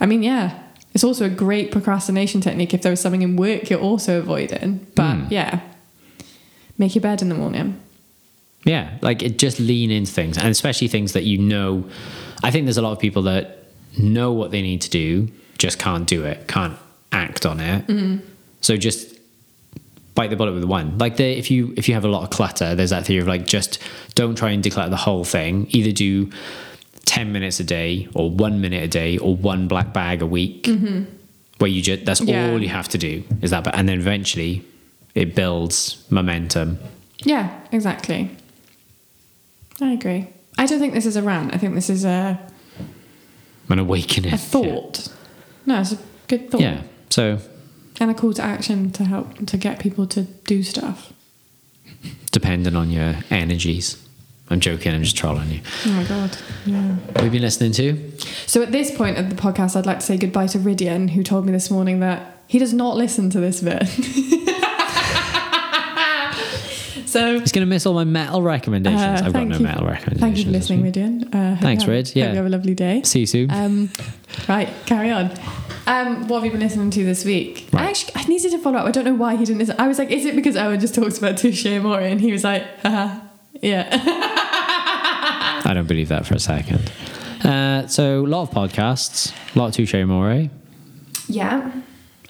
Speaker 2: I mean, yeah. It's also a great procrastination technique if there was something in work you're also avoiding. But
Speaker 1: Hmm.
Speaker 2: yeah. Make your bed in the morning.
Speaker 1: Yeah, like it just lean into things, and especially things that you know. I think there's a lot of people that know what they need to do, just can't do it, can't act on it.
Speaker 2: Mm-hmm.
Speaker 1: So just bite the bullet with one. Like the, if you if you have a lot of clutter, there's that theory of like just don't try and declutter the whole thing. Either do ten minutes a day, or one minute a day, or one black bag a week, where you just that's
Speaker 2: Mm-hmm. Yeah.
Speaker 1: all you have to do is that. But and then eventually, it builds momentum.
Speaker 2: Yeah, exactly. I agree. I don't think this is a rant. I think this is a,
Speaker 1: An awakening. Yeah.
Speaker 2: a thought. No, it's a good thought.
Speaker 1: Yeah. So
Speaker 2: And a call to action to help to get people to do stuff.
Speaker 1: depending on your energies. I'm joking, I'm just trolling you.
Speaker 2: Oh my god. Yeah.
Speaker 1: We've been listening to
Speaker 2: So at this point of the podcast, I'd like to say goodbye to Ridian, who told me this morning that he does not listen to this bit. [LAUGHS] so
Speaker 1: He's gonna miss all my metal recommendations.
Speaker 2: Uh,
Speaker 1: I've got
Speaker 2: thank
Speaker 1: no
Speaker 2: you-
Speaker 1: metal recommendations.
Speaker 2: thank you for
Speaker 1: this
Speaker 2: listening,
Speaker 1: week.
Speaker 2: Ridian. Uh, hope
Speaker 1: Thanks,
Speaker 2: you have-
Speaker 1: Rid. Yeah.
Speaker 2: Hope you have a
Speaker 1: [LAUGHS]
Speaker 2: lovely day.
Speaker 1: See you soon.
Speaker 2: Um, right, carry on. Um, what have you been listening to this week?
Speaker 1: Right.
Speaker 2: I actually I needed to follow up. I don't know why he didn't listen. I was like, is it because Owen just talks about Touche Amore? And he was like, haha, yeah.
Speaker 1: I don't believe that for a second. Uh, so a lot of podcasts, a lot of Touche More. I
Speaker 2: Yeah.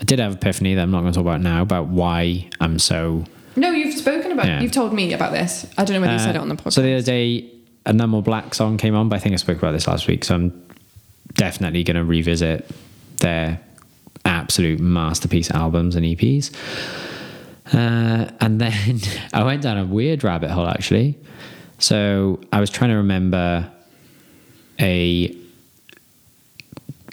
Speaker 1: did have epiphany that I'm not gonna talk about now about why I'm so
Speaker 2: No, you've spoken about
Speaker 1: Yeah.
Speaker 2: You've told me about this. I don't know whether you
Speaker 1: Uh,
Speaker 2: said it on the podcast.
Speaker 1: So the other day, a Number Black song came on, but I think I spoke about this last week. So I'm definitely going to revisit their absolute masterpiece albums and EPs. Uh, and then [LAUGHS] I went down a weird rabbit hole actually. So I was trying to remember a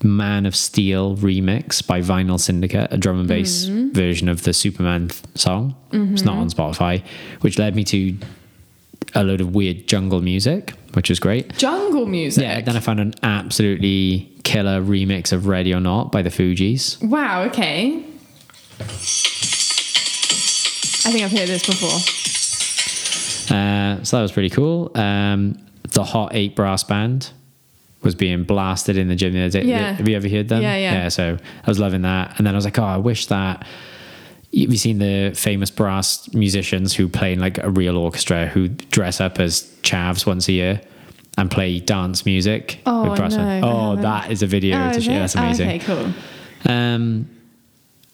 Speaker 1: Man of Steel remix by Vinyl Syndicate, a drum and bass
Speaker 2: Mm-hmm.
Speaker 1: version of the Superman th- song. It's not on Spotify, which led me to a load of weird jungle music, which was great.
Speaker 2: Jungle music.
Speaker 1: Yeah, then I found an absolutely killer remix of Ready or Not by the Fugees.
Speaker 2: Wow, okay. I think I've heard this before.
Speaker 1: Uh, so that was pretty cool. Um, the Hot Eight Brass Band was being blasted in the gym the other day.
Speaker 2: Yeah.
Speaker 1: Have you ever heard them?
Speaker 2: Yeah, yeah.
Speaker 1: So I was loving that. And then I was like, oh, I wish that. Have you seen the famous brass musicians who play in like a real orchestra who dress up as chavs once a year and play dance music?
Speaker 2: Oh,
Speaker 1: brass
Speaker 2: no,
Speaker 1: bands?
Speaker 2: I
Speaker 1: oh,
Speaker 2: haven't.
Speaker 1: that is a video
Speaker 2: Oh,
Speaker 1: to
Speaker 2: is
Speaker 1: share.
Speaker 2: it?
Speaker 1: That's amazing.
Speaker 2: Okay, cool.
Speaker 1: Um,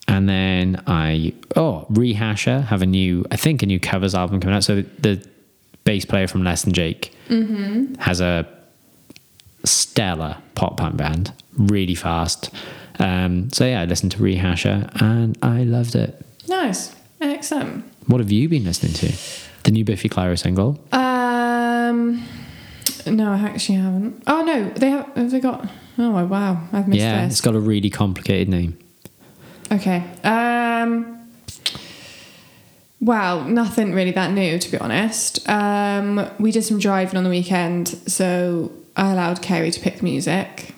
Speaker 1: and then I oh rehasher have a new I think a new covers album coming out. So the, the bass player from Less Than Jake has a stellar pop punk band, really fast. Um, so yeah, I listened to rehasher and I loved it.
Speaker 2: Nice. Excellent.
Speaker 1: What have you been listening to? The new Biffy Clyro single.
Speaker 2: Um, no, I actually haven't. Oh no, they have. Have they got? Oh wow, I've missed
Speaker 1: yeah,
Speaker 2: this.
Speaker 1: it's got a really complicated name.
Speaker 2: okay. Um, well, nothing really that new to be honest. Um, we did some driving on the weekend, so I allowed Kerry to pick music.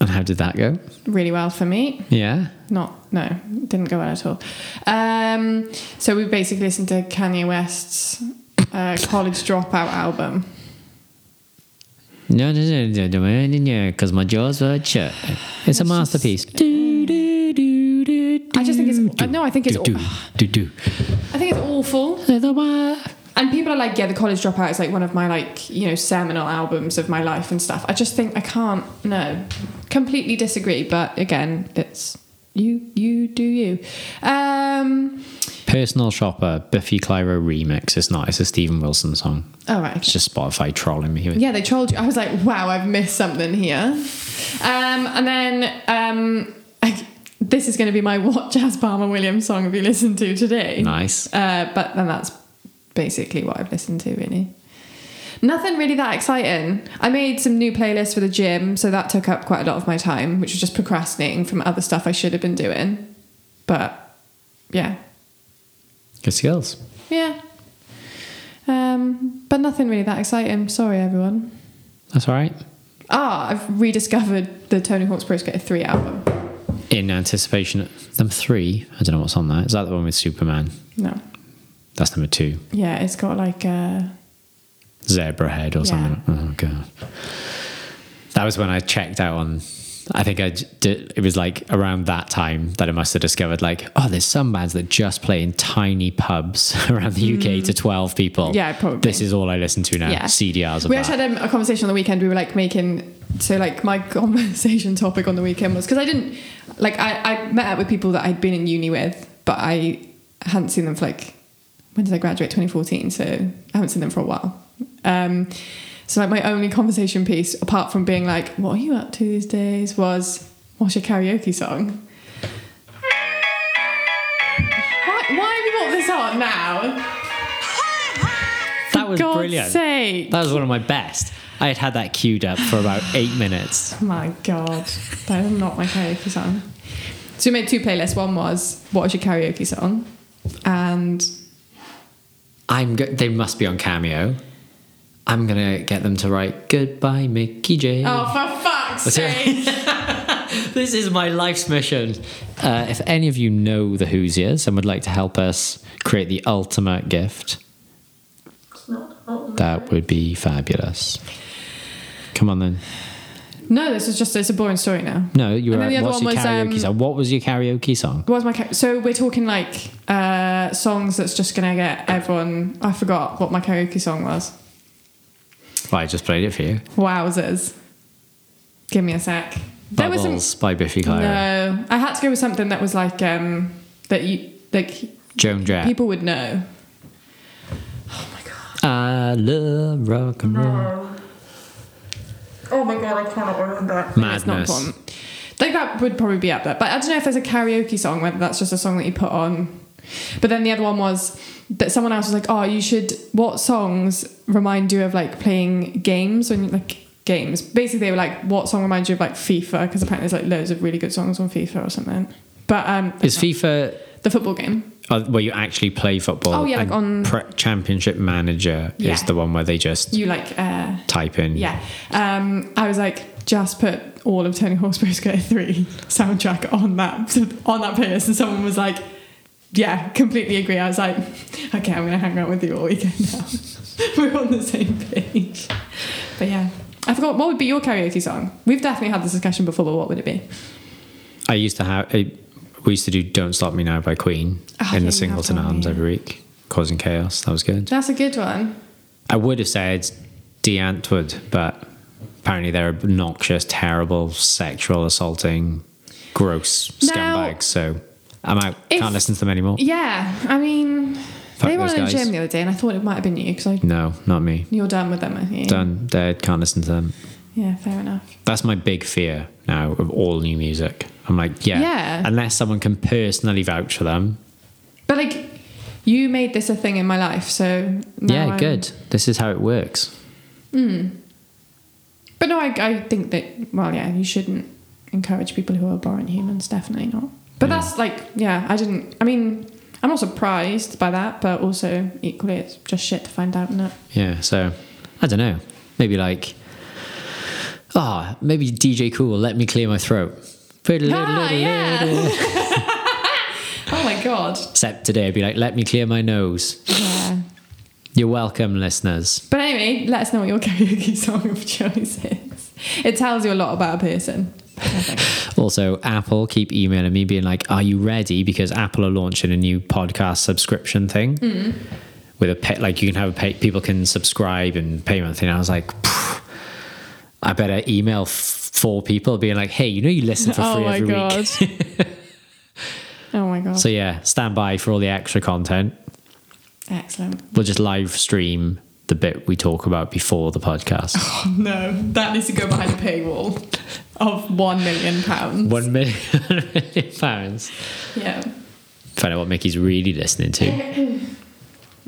Speaker 1: And how did that go?
Speaker 2: Really well for me.
Speaker 1: Yeah.
Speaker 2: not no didn't go well at all um so we basically listened to kanye west's uh, college dropout album
Speaker 1: No, no, no, no, no, no, no, no, because my jaws were shut. It's a masterpiece. Do, do, do, do, do,
Speaker 2: I just think it's-
Speaker 1: do,
Speaker 2: no, I think it's-
Speaker 1: Do, do, do.
Speaker 2: i think it's awful
Speaker 1: do. The wa-
Speaker 2: and people are like yeah the college dropout is like one of my like you know seminal albums of my life and stuff i just think i can't no completely disagree but again it's you you do you um
Speaker 1: Personal Shopper, Biffy Clyro remix. It's not, it's a Stephen Wilson song.
Speaker 2: all right
Speaker 1: It's just Spotify trolling me. with
Speaker 2: Yeah, they trolled you. I was like, wow, I've missed something here. Um, and then um, I, this is going to be my [LAUGHS] what Jazz Palmer Williams song have you listened to today?
Speaker 1: Nice.
Speaker 2: Uh, but then that's basically what I've listened to, really. Nothing really that exciting. I made some new playlists for the gym, so that took up quite a lot of my time, which was just procrastinating from other stuff I should have been doing. But yeah,
Speaker 1: Good skills.
Speaker 2: yeah. Um, but nothing really that exciting. Sorry, everyone.
Speaker 1: That's all right.
Speaker 2: Ah, I've rediscovered the Tony Hawk's Pro Skater 3 album.
Speaker 1: In anticipation, number three. I don't know what's on that. Is that the one with Superman?
Speaker 2: No.
Speaker 1: That's number two.
Speaker 2: Yeah, it's got like uh
Speaker 1: zebra head or
Speaker 2: Yeah.
Speaker 1: something. Oh god, that was when I checked out on. I think I j- did. It was like around that time that I must have discovered like, oh, there's some bands that just play in tiny pubs [LAUGHS] around the UK to twelve people.
Speaker 2: Mm. Yeah, probably.
Speaker 1: Oh, This is all I listen to now.
Speaker 2: Yeah.
Speaker 1: CDRs of
Speaker 2: we
Speaker 1: that.
Speaker 2: actually had um, a conversation on the weekend. We were like making so like my [LAUGHS] conversation topic on the weekend was because I didn't like I, I met up with people that I'd been in uni with, but I hadn't seen them for like when did I graduate? 2014. So I haven't seen them for a while. Um, so like my only conversation piece, apart from being like, "What are you up to these days?" was what's your karaoke song? Why, why have we brought this on now?
Speaker 1: that was
Speaker 2: God's
Speaker 1: brilliant.
Speaker 2: sake.
Speaker 1: That was one of my best. I had had that queued up for about [LAUGHS] eight minutes.
Speaker 2: My God, that is not my karaoke song. So we made two playlists. One was what is your karaoke song, and
Speaker 1: I'm. Go- they must be on Cameo. I'm gonna get them to write "Goodbye, Mickey J."
Speaker 2: oh for fuck's
Speaker 1: What's your-
Speaker 2: sake,
Speaker 1: This is my life's mission. Uh, if any of you know the Hoosiers and would like to help us create the ultimate gift, that would be fabulous. Come on then.
Speaker 2: no, this is just it's a boring story now.
Speaker 1: No, you
Speaker 2: And
Speaker 1: were.
Speaker 2: then the
Speaker 1: At,
Speaker 2: other
Speaker 1: what's your
Speaker 2: one was,
Speaker 1: karaoke
Speaker 2: um,
Speaker 1: song? What was your karaoke song?
Speaker 2: What was my ca- so we're talking like uh, songs that's just gonna get everyone. I forgot what my karaoke song was.
Speaker 1: Well, I just played it for you.
Speaker 2: Wowzers! Give me a sec. There was
Speaker 1: Bubbles
Speaker 2: some.
Speaker 1: by Biffy Clyro.
Speaker 2: No, I had to go with something that was like um, that you like
Speaker 1: Joan Jett.
Speaker 2: people would know.
Speaker 1: I love rock and roll.
Speaker 3: Um, Oh my god, I cannot remember.
Speaker 2: It's not
Speaker 1: Madness.
Speaker 2: important. Like that would probably be up there, but I don't know if there's a karaoke song whether that's just a song that you put on. But then the other one was that someone else was like, "Oh, you should. What songs remind you of like playing games when you like games?" Basically, they were like, "What song reminds you of like FIFA?" Because apparently there's like loads of really good songs on FIFA or something. But um,
Speaker 1: Is FIFA
Speaker 2: the football game.
Speaker 1: uh, where you actually play football?
Speaker 2: Oh, yeah, like
Speaker 1: and
Speaker 2: on-
Speaker 1: Pre- Championship Manager
Speaker 2: Yeah.
Speaker 1: is the one where they just
Speaker 2: You like, uh,
Speaker 1: type in.
Speaker 2: yeah. Um, I was like, just put all of Tony Hawk's Pro Skater Three soundtrack on that on that playlist, and someone was like, "Yeah, completely agree." I was like, "Okay, I'm gonna hang out with you all weekend now. [LAUGHS] We're on the same page." But yeah, I forgot what would be your karaoke song. We've definitely had this discussion before, but what would it be?
Speaker 1: I used to have. I, we used to do "Don't Stop Me Now" by Queen
Speaker 2: Oh, yeah,
Speaker 1: in
Speaker 2: you
Speaker 1: the
Speaker 2: have
Speaker 1: Singleton
Speaker 2: done,
Speaker 1: Arms
Speaker 2: yeah.
Speaker 1: every week, causing chaos. That was good.
Speaker 2: That's a good one.
Speaker 1: I would have said "De Antwoord," but apparently they're obnoxious, terrible, sexual assaulting, gross
Speaker 2: Now-
Speaker 1: scumbags. So I'm out.
Speaker 2: If-
Speaker 1: Can't listen to them anymore.
Speaker 2: Yeah, I mean,
Speaker 1: Fuck
Speaker 2: they were
Speaker 1: those
Speaker 2: in the
Speaker 1: guys.
Speaker 2: gym the other day, and I thought it might have been you because
Speaker 1: No, not me.
Speaker 2: you're done with them. I think.
Speaker 1: Done. Dead. Can't listen to them.
Speaker 2: Yeah, fair enough.
Speaker 1: That's my big fear now of all new music. I'm like, yeah,
Speaker 2: Yeah.
Speaker 1: unless someone can personally vouch for them.
Speaker 2: But like, you made this a thing in my life, so now
Speaker 1: yeah,
Speaker 2: I'm-
Speaker 1: good. This is how it works.
Speaker 2: But no, I, I think that well, yeah, you shouldn't encourage people who are boring humans. Definitely not. But
Speaker 1: Yeah.
Speaker 2: that's like, yeah, I didn't. I mean, I'm not surprised by that, but also equally, it's just shit to find out. No,
Speaker 1: Yeah, so I don't know. Maybe like, ah, maybe DJ Cool, let me clear my throat.
Speaker 2: ah, yeah. [LAUGHS] oh my god.
Speaker 1: Except today, I'd be like, let me clear my nose.
Speaker 2: Yeah.
Speaker 1: You're welcome, listeners.
Speaker 2: But anyway, let us know what your [LAUGHS] karaoke song of choice is. It tells you a lot about a person. I think.
Speaker 1: Also, Apple keep emailing me, being like, are you ready? Because Apple are launching a new podcast subscription thing
Speaker 2: Hmm.
Speaker 1: with a pet, like you can have a pay, people can subscribe and pay monthly. And I was like, "Phew, I better email f- four people being like, hey, you know, you listen for free
Speaker 2: oh my
Speaker 1: every week.
Speaker 2: god.
Speaker 1: [LAUGHS]
Speaker 2: oh my god.
Speaker 1: So yeah, stand by for all the extra content.
Speaker 2: Excellent.
Speaker 1: We'll just live stream the bit we talk about before the
Speaker 2: [LAUGHS]
Speaker 1: podcast.
Speaker 2: No, that needs to go behind a paywall of one million pounds.
Speaker 1: One million pounds.
Speaker 2: Yeah.
Speaker 1: Find out what Mickey's really listening to.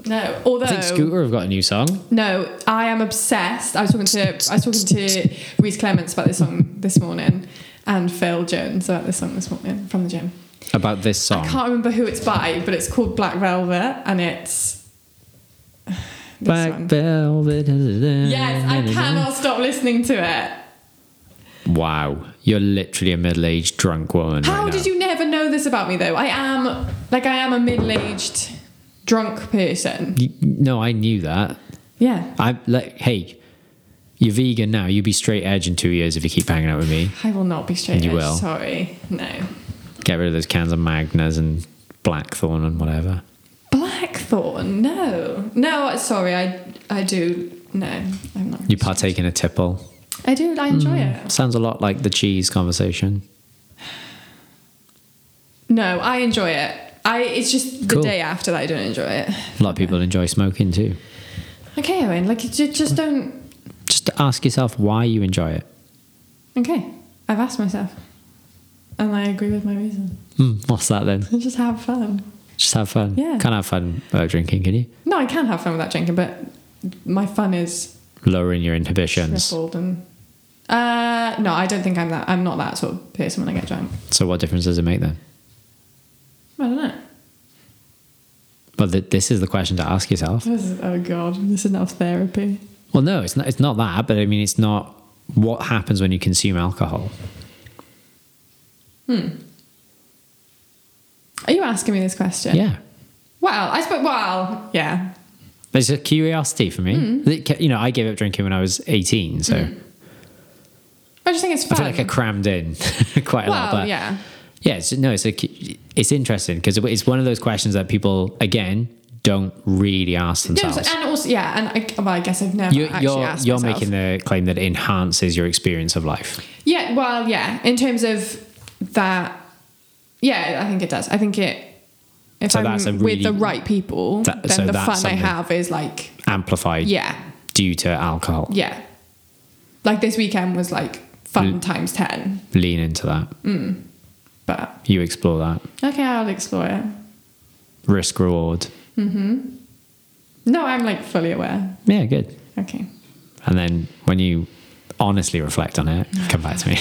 Speaker 2: No.
Speaker 1: I think
Speaker 2: Although
Speaker 1: Scooter have got a new song.
Speaker 2: no, I am obsessed. I was talking to I was talking to Reese Clements about this song this morning, and Phil Jones about this song this morning from the gym.
Speaker 1: About this
Speaker 2: I
Speaker 1: song.
Speaker 2: can't remember who it's by, but it's called Black Velvet, and it's. [SIGHS] This
Speaker 1: Black
Speaker 2: one.
Speaker 1: velvet.
Speaker 2: Yes, I cannot stop listening to it.
Speaker 1: Wow, you're literally a middle-aged drunk woman.
Speaker 2: How
Speaker 1: right now.
Speaker 2: did you never know this about me though? I am like I am a middle-aged drunk person.
Speaker 1: you? No, I knew that.
Speaker 2: Yeah.
Speaker 1: I like, hey, you're vegan now. You'll be straight edge in two years if you keep hanging out with me.
Speaker 2: I will not be straight.
Speaker 1: You
Speaker 2: edge,
Speaker 1: will.
Speaker 2: Sorry. No.
Speaker 1: Get rid of those cans of Magners and Blackthorn and whatever.
Speaker 2: Blackthorn. No. No, sorry. I I do no. I'm not.
Speaker 1: You Mm. partake in a tipple.
Speaker 2: I do I enjoy it.
Speaker 1: Sounds a lot like the cheese conversation.
Speaker 2: No, I enjoy it. I it's just the
Speaker 1: Cool.
Speaker 2: day after that I don't enjoy it.
Speaker 1: A lot of people enjoy smoking too.
Speaker 2: Okay, Owen. Like you ju- just don't
Speaker 1: Just ask yourself why you enjoy it.
Speaker 2: Okay. I've asked myself. And I agree with my reason. [LAUGHS]
Speaker 1: Hmm, what's that then?
Speaker 2: Just have fun.
Speaker 1: Just have fun.
Speaker 2: Yeah.
Speaker 1: Can't have fun without drinking, can you?
Speaker 2: No, I can have fun without drinking, but my fun is
Speaker 1: Lowering your inhibitions.
Speaker 2: crippled and uh no i don't think i'm that i'm not that sort of person when i get drunk
Speaker 1: So what difference does it make then?
Speaker 2: i don't know
Speaker 1: But th- this is the question to ask yourself.
Speaker 2: this is, oh god this is not therapy
Speaker 1: Well, no, it's not. It's not that. But I mean, it's not what happens when you consume alcohol.
Speaker 2: are you asking me this question
Speaker 1: Yeah,
Speaker 2: well i suppose well yeah
Speaker 1: it's a curiosity for me.
Speaker 2: Mm.
Speaker 1: It ca- You know, I gave up drinking when I was eighteen, so
Speaker 2: i just think it's
Speaker 1: I
Speaker 2: Mm. fun
Speaker 1: feel like I crammed in [LAUGHS] quite a lot.
Speaker 2: well
Speaker 1: But
Speaker 2: yeah
Speaker 1: yeah, it's, no, it's a, cu- it's interesting because it's one of those questions that people again don't really ask
Speaker 2: No,
Speaker 1: themselves.
Speaker 2: so- and also yeah and I, well, I guess i've never
Speaker 1: you're
Speaker 2: actually
Speaker 1: you're,
Speaker 2: asked
Speaker 1: you're
Speaker 2: myself.
Speaker 1: making the claim that it enhances your experience of life.
Speaker 2: Yeah, well, yeah. In terms of that, yeah, I think it does. I think it. If
Speaker 1: So
Speaker 2: I'm
Speaker 1: that's a
Speaker 2: with the
Speaker 1: really-
Speaker 2: right people,
Speaker 1: That-
Speaker 2: then
Speaker 1: so
Speaker 2: the
Speaker 1: that's
Speaker 2: fun
Speaker 1: something.
Speaker 2: I have is like,
Speaker 1: amplified
Speaker 2: yeah,
Speaker 1: due to alcohol.
Speaker 2: yeah. Like this weekend was like fun
Speaker 1: Mm.
Speaker 2: times ten,
Speaker 1: Lean into that.
Speaker 2: but
Speaker 1: You explore that.
Speaker 2: okay, I'll explore it.
Speaker 1: Risk reward.
Speaker 2: No, I'm like fully aware.
Speaker 1: Yeah, good.
Speaker 2: Okay,
Speaker 1: And then when you honestly reflect on it, come back
Speaker 2: [LAUGHS]
Speaker 1: to me.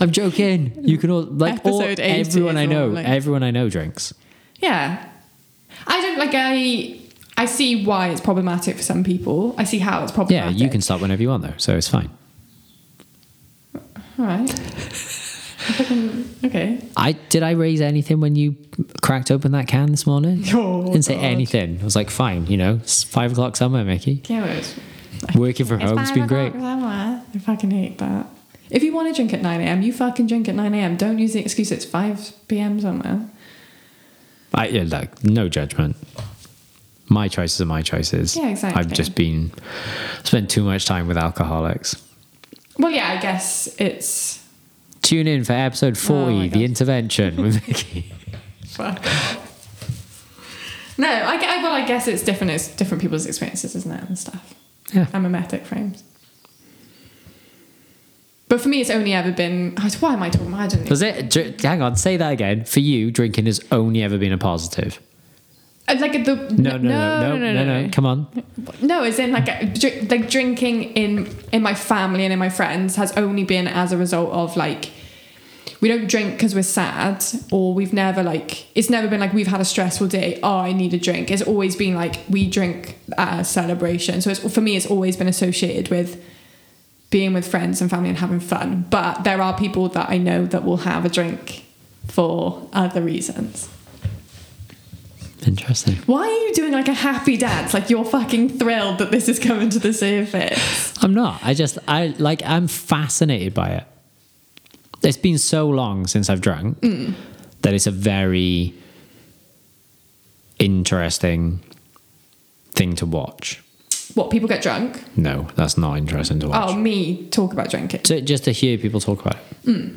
Speaker 1: I'm joking. You can all like all,
Speaker 2: Episode 80
Speaker 1: everyone
Speaker 2: is
Speaker 1: I know,
Speaker 2: all, like-
Speaker 1: everyone I know drinks.
Speaker 2: yeah. I don't like I. I see why it's problematic for some people. I see how it's
Speaker 1: Yeah,
Speaker 2: problematic.
Speaker 1: you can stop whenever you want though, so it's fine.
Speaker 2: All right. Fucking- okay.
Speaker 1: I did I raise anything when you cracked open that can this morning?
Speaker 2: [LAUGHS] Oh,
Speaker 1: Didn't say
Speaker 2: God.
Speaker 1: anything. I was like, fine, you know, it's five o'clock somewhere, Mickey.
Speaker 2: Yeah, well, it's-
Speaker 1: Working from home, Oh, it's been great.
Speaker 2: I fucking hate that. If you want to drink at 9 a.m., you fucking drink at 9 a.m. Don't use the excuse it's 5 p.m. somewhere.
Speaker 1: I yeah, like no judgment. My choices are my choices.
Speaker 2: Yeah, exactly.
Speaker 1: I've just been spent too much time with alcoholics.
Speaker 2: Well, yeah, I guess it's.
Speaker 1: Tune in for episode
Speaker 2: Oh my
Speaker 1: 40,
Speaker 2: God.
Speaker 1: The Intervention [LAUGHS]
Speaker 2: [LAUGHS]
Speaker 1: with Mickey.
Speaker 2: Fuck off. No, I, gue- well, I guess it's different. It's different people's experiences, isn't it, and stuff.
Speaker 1: Yeah.
Speaker 2: I'm mimetic frames. But for me, it's only ever been. oh, Why am I talking? about- I don't.
Speaker 1: Does it dr- hang on, say that again. For you, drinking has only ever been a positive.
Speaker 2: It's Uh, like the
Speaker 1: No, no, no, no, no, no, no. Come on.
Speaker 2: No, as in like uh, dr- like drinking in in my family and in my friends has only been as a result of like we don't drink because we're sad or we've never like it's never been like we've had a stressful day oh I need a drink it's always been like we drink at a celebration so it's for me it's always been associated with being with friends and family and having fun but there are people that I know that will have a drink for other reasons
Speaker 1: Interesting.
Speaker 2: why are you doing like a happy dance like you're fucking thrilled that this is coming to the surface
Speaker 1: I'm not. I just I like I'm fascinated by it. It's been so long since I've drunk that it's a very interesting thing to watch.
Speaker 2: What people get drunk?
Speaker 1: No, that's not interesting to watch.
Speaker 2: Oh, me talk about drinking.
Speaker 1: So just to hear people talk about it.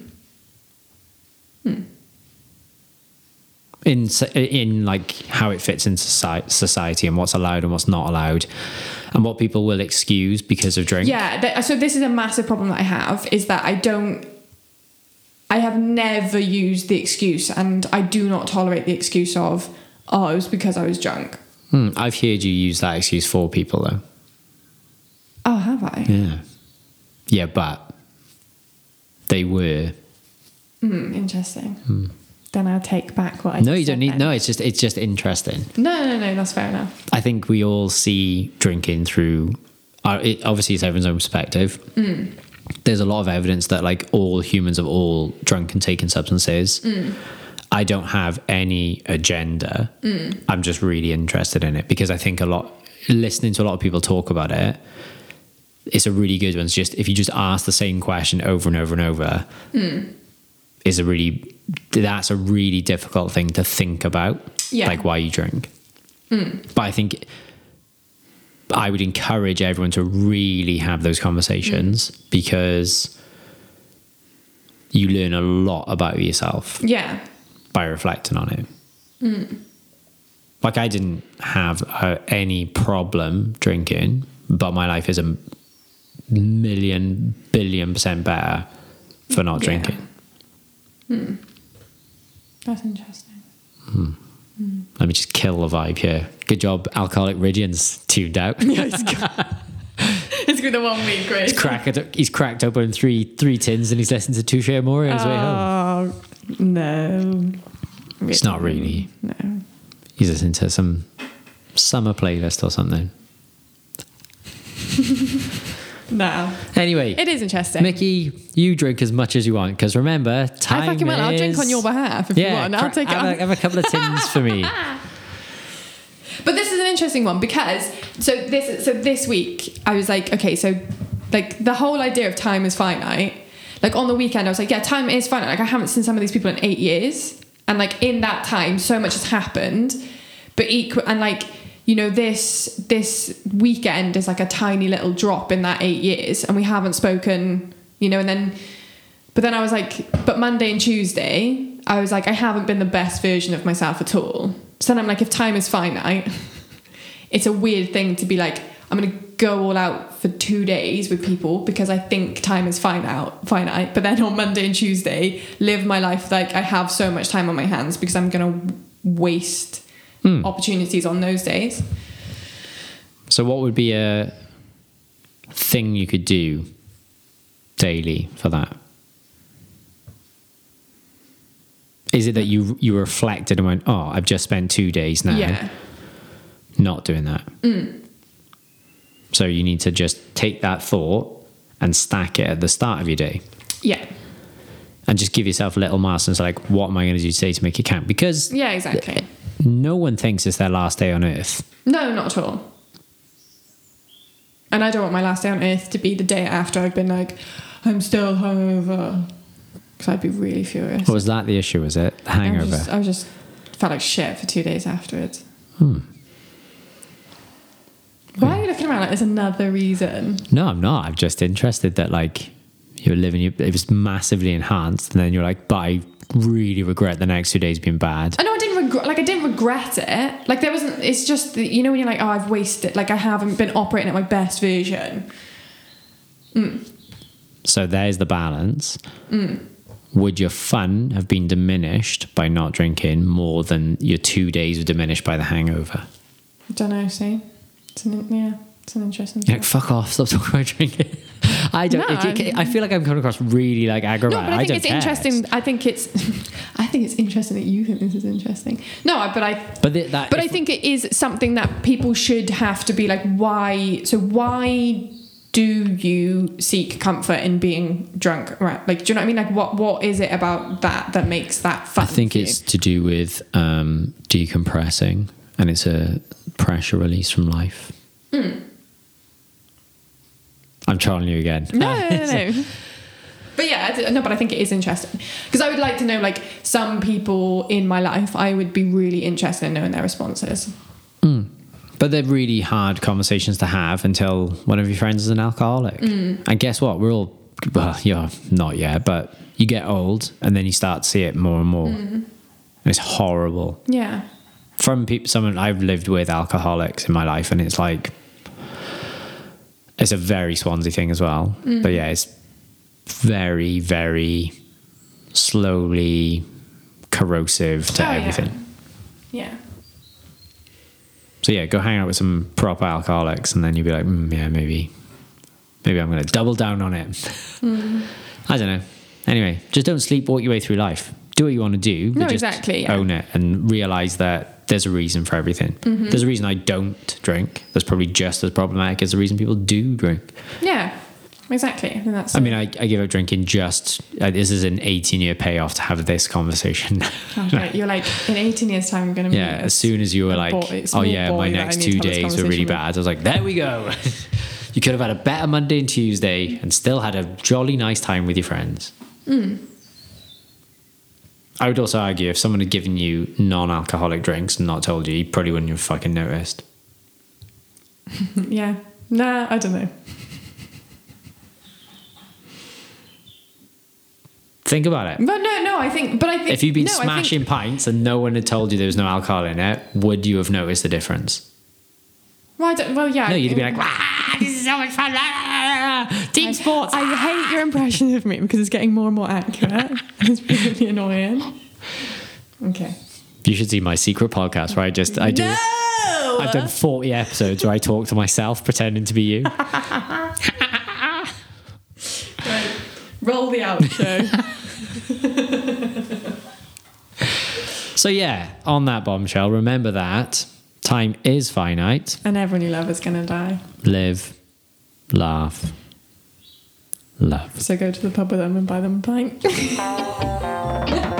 Speaker 1: In s- in like how it fits into soci- society and what's allowed and what's not allowed, and what people will excuse because of drink.
Speaker 2: Yeah. Th- so this is a massive problem that I have is that I don't. I have never used the excuse, and I do not tolerate the excuse of, "Oh, it was because I was drunk."
Speaker 1: Hmm, I've heard you use that excuse for people though.
Speaker 2: Oh, have I?
Speaker 1: Yeah. Yeah, but they were.
Speaker 2: Hmm, interesting. Then I'll take back what I.
Speaker 1: No, you
Speaker 2: just
Speaker 1: don't
Speaker 2: said
Speaker 1: need.
Speaker 2: then.
Speaker 1: No, it's just it's just interesting.
Speaker 2: No, no, no. That's fair enough.
Speaker 1: I think uh, we all see drinking through. Our, it, obviously, it's everyone's own perspective. there's a lot of evidence that like all humans have all drunk and taken substances. I don't have any agenda. I'm just really interested in it because I think a lot listening to a lot of people talk about it. It's a really good one. It's just if you just ask the same question over and over and over, is a really that's a really difficult thing to think about.
Speaker 2: Yeah.
Speaker 1: Like why you drink. But I think I would encourage everyone to really have those conversations because you learn a lot about yourself
Speaker 2: Yeah.
Speaker 1: by reflecting on it. Like I didn't have uh, any problem drinking, but my life is a million billion percent better for not
Speaker 2: Yeah.
Speaker 1: drinking.
Speaker 2: That's interesting.
Speaker 1: Let me just kill the vibe here. Good job, alcoholic Ridians tuned out.
Speaker 2: [LAUGHS] It's been the one week, Grace.
Speaker 1: Crack it, he's cracked open three three tins and he's listened to Touche Amore on his way home.
Speaker 2: Oh, no.
Speaker 1: It's not really.
Speaker 2: No.
Speaker 1: He's listening to some summer playlist or something.
Speaker 2: No.
Speaker 1: Anyway,
Speaker 2: It is interesting.
Speaker 1: Mickey, you drink as much as you want because remember,
Speaker 2: I
Speaker 1: time
Speaker 2: fucking will. I'll drink
Speaker 1: is-
Speaker 2: on your behalf if you
Speaker 1: Yeah,
Speaker 2: want. I'll
Speaker 1: cra-
Speaker 2: take it
Speaker 1: have,
Speaker 2: on.
Speaker 1: a, have a couple
Speaker 2: [LAUGHS]
Speaker 1: of tins for me.
Speaker 2: But this is an interesting one because so this so this week I was like, okay, so like the whole idea of time is finite. Like on the weekend, I was like, yeah, time is finite. Like I haven't seen some of these people in eight years, and like in that time, so much has happened. But equal and like you know this this weekend is like a tiny little drop in that eight years, and we haven't spoken. You know, and then but then I was like, but Monday and Tuesday, I was like, I haven't been the best version of myself at all. So then I'm like, if time is finite, [LAUGHS] it's a weird thing to be like, I'm gonna go all out for two days with people because I think time is finite, finite. But then on Monday and Tuesday, live my life like I have so much time on my hands because I'm gonna waste opportunities on those days.
Speaker 1: So, what would be a thing you could do daily for that? Is it that you you reflected and went, "Oh, I've just spent two days now
Speaker 2: Yeah,
Speaker 1: not doing that." So you need to just take that thought and stack it at the start of your day.
Speaker 2: yeah,
Speaker 1: and just give yourself little milestones like what am i going to do today to make it count because
Speaker 2: yeah, exactly.
Speaker 1: no one thinks it's their last day on earth
Speaker 2: No, not at all. And I don't want my last day on earth to be the day after I've been like, I'm still hungover. Because I'd be really furious.
Speaker 1: or was that the issue was it the
Speaker 2: I
Speaker 1: hangover
Speaker 2: was, just, I was just felt like shit for two days afterwards.
Speaker 1: Hmm.
Speaker 2: Why are you looking around like there's another reason?
Speaker 1: no i'm not i'm just interested that like you're living your- it was massively enhanced and then you're like but i really regret the next two days being bad
Speaker 2: I know I didn't regret. Like I didn't regret it. Like there wasn't. It's just that, you know when you're like, oh, I've wasted. Like I haven't been operating at my best version.
Speaker 1: so there's the balance would your fun have been diminished by not drinking more than your two days were diminished by the hangover
Speaker 2: I don't know. See, it's an yeah, it's an interesting.
Speaker 1: You're
Speaker 2: thought.
Speaker 1: like fuck off stop talking about drinking [LAUGHS] I don't.
Speaker 2: No,
Speaker 1: it- it- I feel like I'm coming across really like aggravated.
Speaker 2: No, but I think
Speaker 1: don't
Speaker 2: it's
Speaker 1: care.
Speaker 2: interesting. I think it's, [LAUGHS] I think it's interesting that you think this is interesting. No, I- but I,
Speaker 1: But th- that,
Speaker 2: but
Speaker 1: if-
Speaker 2: I think it is something that people should have to be like, why? So why do you seek comfort in being drunk? Right? Like, do you know what I mean? Like, what what is it about that that makes that fun?
Speaker 1: I think
Speaker 2: for you?
Speaker 1: it's to do with um, decompressing, and it's a pressure release from life.
Speaker 2: Hmm.
Speaker 1: I'm trolling you again. [LAUGHS]
Speaker 2: No, no, no, no. But yeah, I d- no, but I think it is interesting because I would like to know, like, some people in my life, I would be really interested in knowing their responses.
Speaker 1: But they're really hard conversations to have until one of your friends is an alcoholic.
Speaker 2: Mm.
Speaker 1: And guess what? We're all, well, yeah, not yet, but you get old and then you start to see it more and more.
Speaker 2: Mm-hmm.
Speaker 1: And it's horrible.
Speaker 2: Yeah,
Speaker 1: from people, someone I've lived with alcoholics in my life, and it's like it's a very Swansea thing as well.
Speaker 2: Mm.
Speaker 1: But yeah, it's very, very slowly corrosive to
Speaker 2: Oh, yeah.
Speaker 1: everything.
Speaker 2: yeah.
Speaker 1: So yeah, go hang out with some proper alcoholics, and then you'll be like, mm, yeah, maybe, maybe I'm going to double down on it.
Speaker 2: Hmm.
Speaker 1: [LAUGHS] I don't know. Anyway, just don't sleepwalk your way through life. Do what you want to do. but
Speaker 2: No,
Speaker 1: just
Speaker 2: exactly, yeah.
Speaker 1: Own it and realize that there's a reason for everything.
Speaker 2: Mm-hmm.
Speaker 1: There's a reason I don't drink. That's probably just as problematic as the reason people do drink.
Speaker 2: Yeah. exactly. I think that's.
Speaker 1: I mean, I, I give up drinking just. Uh, this is an 18 year payoff to have this conversation. [LAUGHS]
Speaker 2: okay. You're like in 18 years' time, we're gonna.
Speaker 1: yeah,
Speaker 2: meet
Speaker 1: as soon as you were
Speaker 2: a
Speaker 1: like,
Speaker 2: boy- it's
Speaker 1: oh
Speaker 2: more
Speaker 1: yeah, my
Speaker 2: boy that I
Speaker 1: next two
Speaker 2: need to have this
Speaker 1: days were really
Speaker 2: conversation with."
Speaker 1: bad, I was like, there we go. [LAUGHS] you could have had a better Monday and Tuesday and still had a jolly nice time with your friends.
Speaker 2: Hmm.
Speaker 1: I would also argue if someone had given you non alcoholic drinks and not told you, you probably wouldn't have fucking noticed.
Speaker 2: Yeah. Nah, I don't know.
Speaker 1: Think about it.
Speaker 2: But no, no, I think. But I think
Speaker 1: If you've been
Speaker 2: no, I think-
Speaker 1: smashing pints and no one had told you there was no alcohol in it, would you have noticed the difference?
Speaker 2: well, I don't, well, yeah.
Speaker 1: No,
Speaker 2: I-
Speaker 1: you'd be like, ah, this is so much fun. Ah, team sports.
Speaker 2: I hate your impression of me because it's getting more and more accurate. [LAUGHS] it's really annoying. Okay.
Speaker 1: You should see my secret podcast where I just I do. I've done forty episodes where I talk to myself pretending to be you.
Speaker 2: Right. Roll
Speaker 1: [LAUGHS]
Speaker 2: the outro.
Speaker 1: So yeah, on that bombshell, remember that time is finite.
Speaker 2: and everyone you love is going to die.
Speaker 1: Live, laugh, love.
Speaker 2: So go to the pub with them and buy them a pint.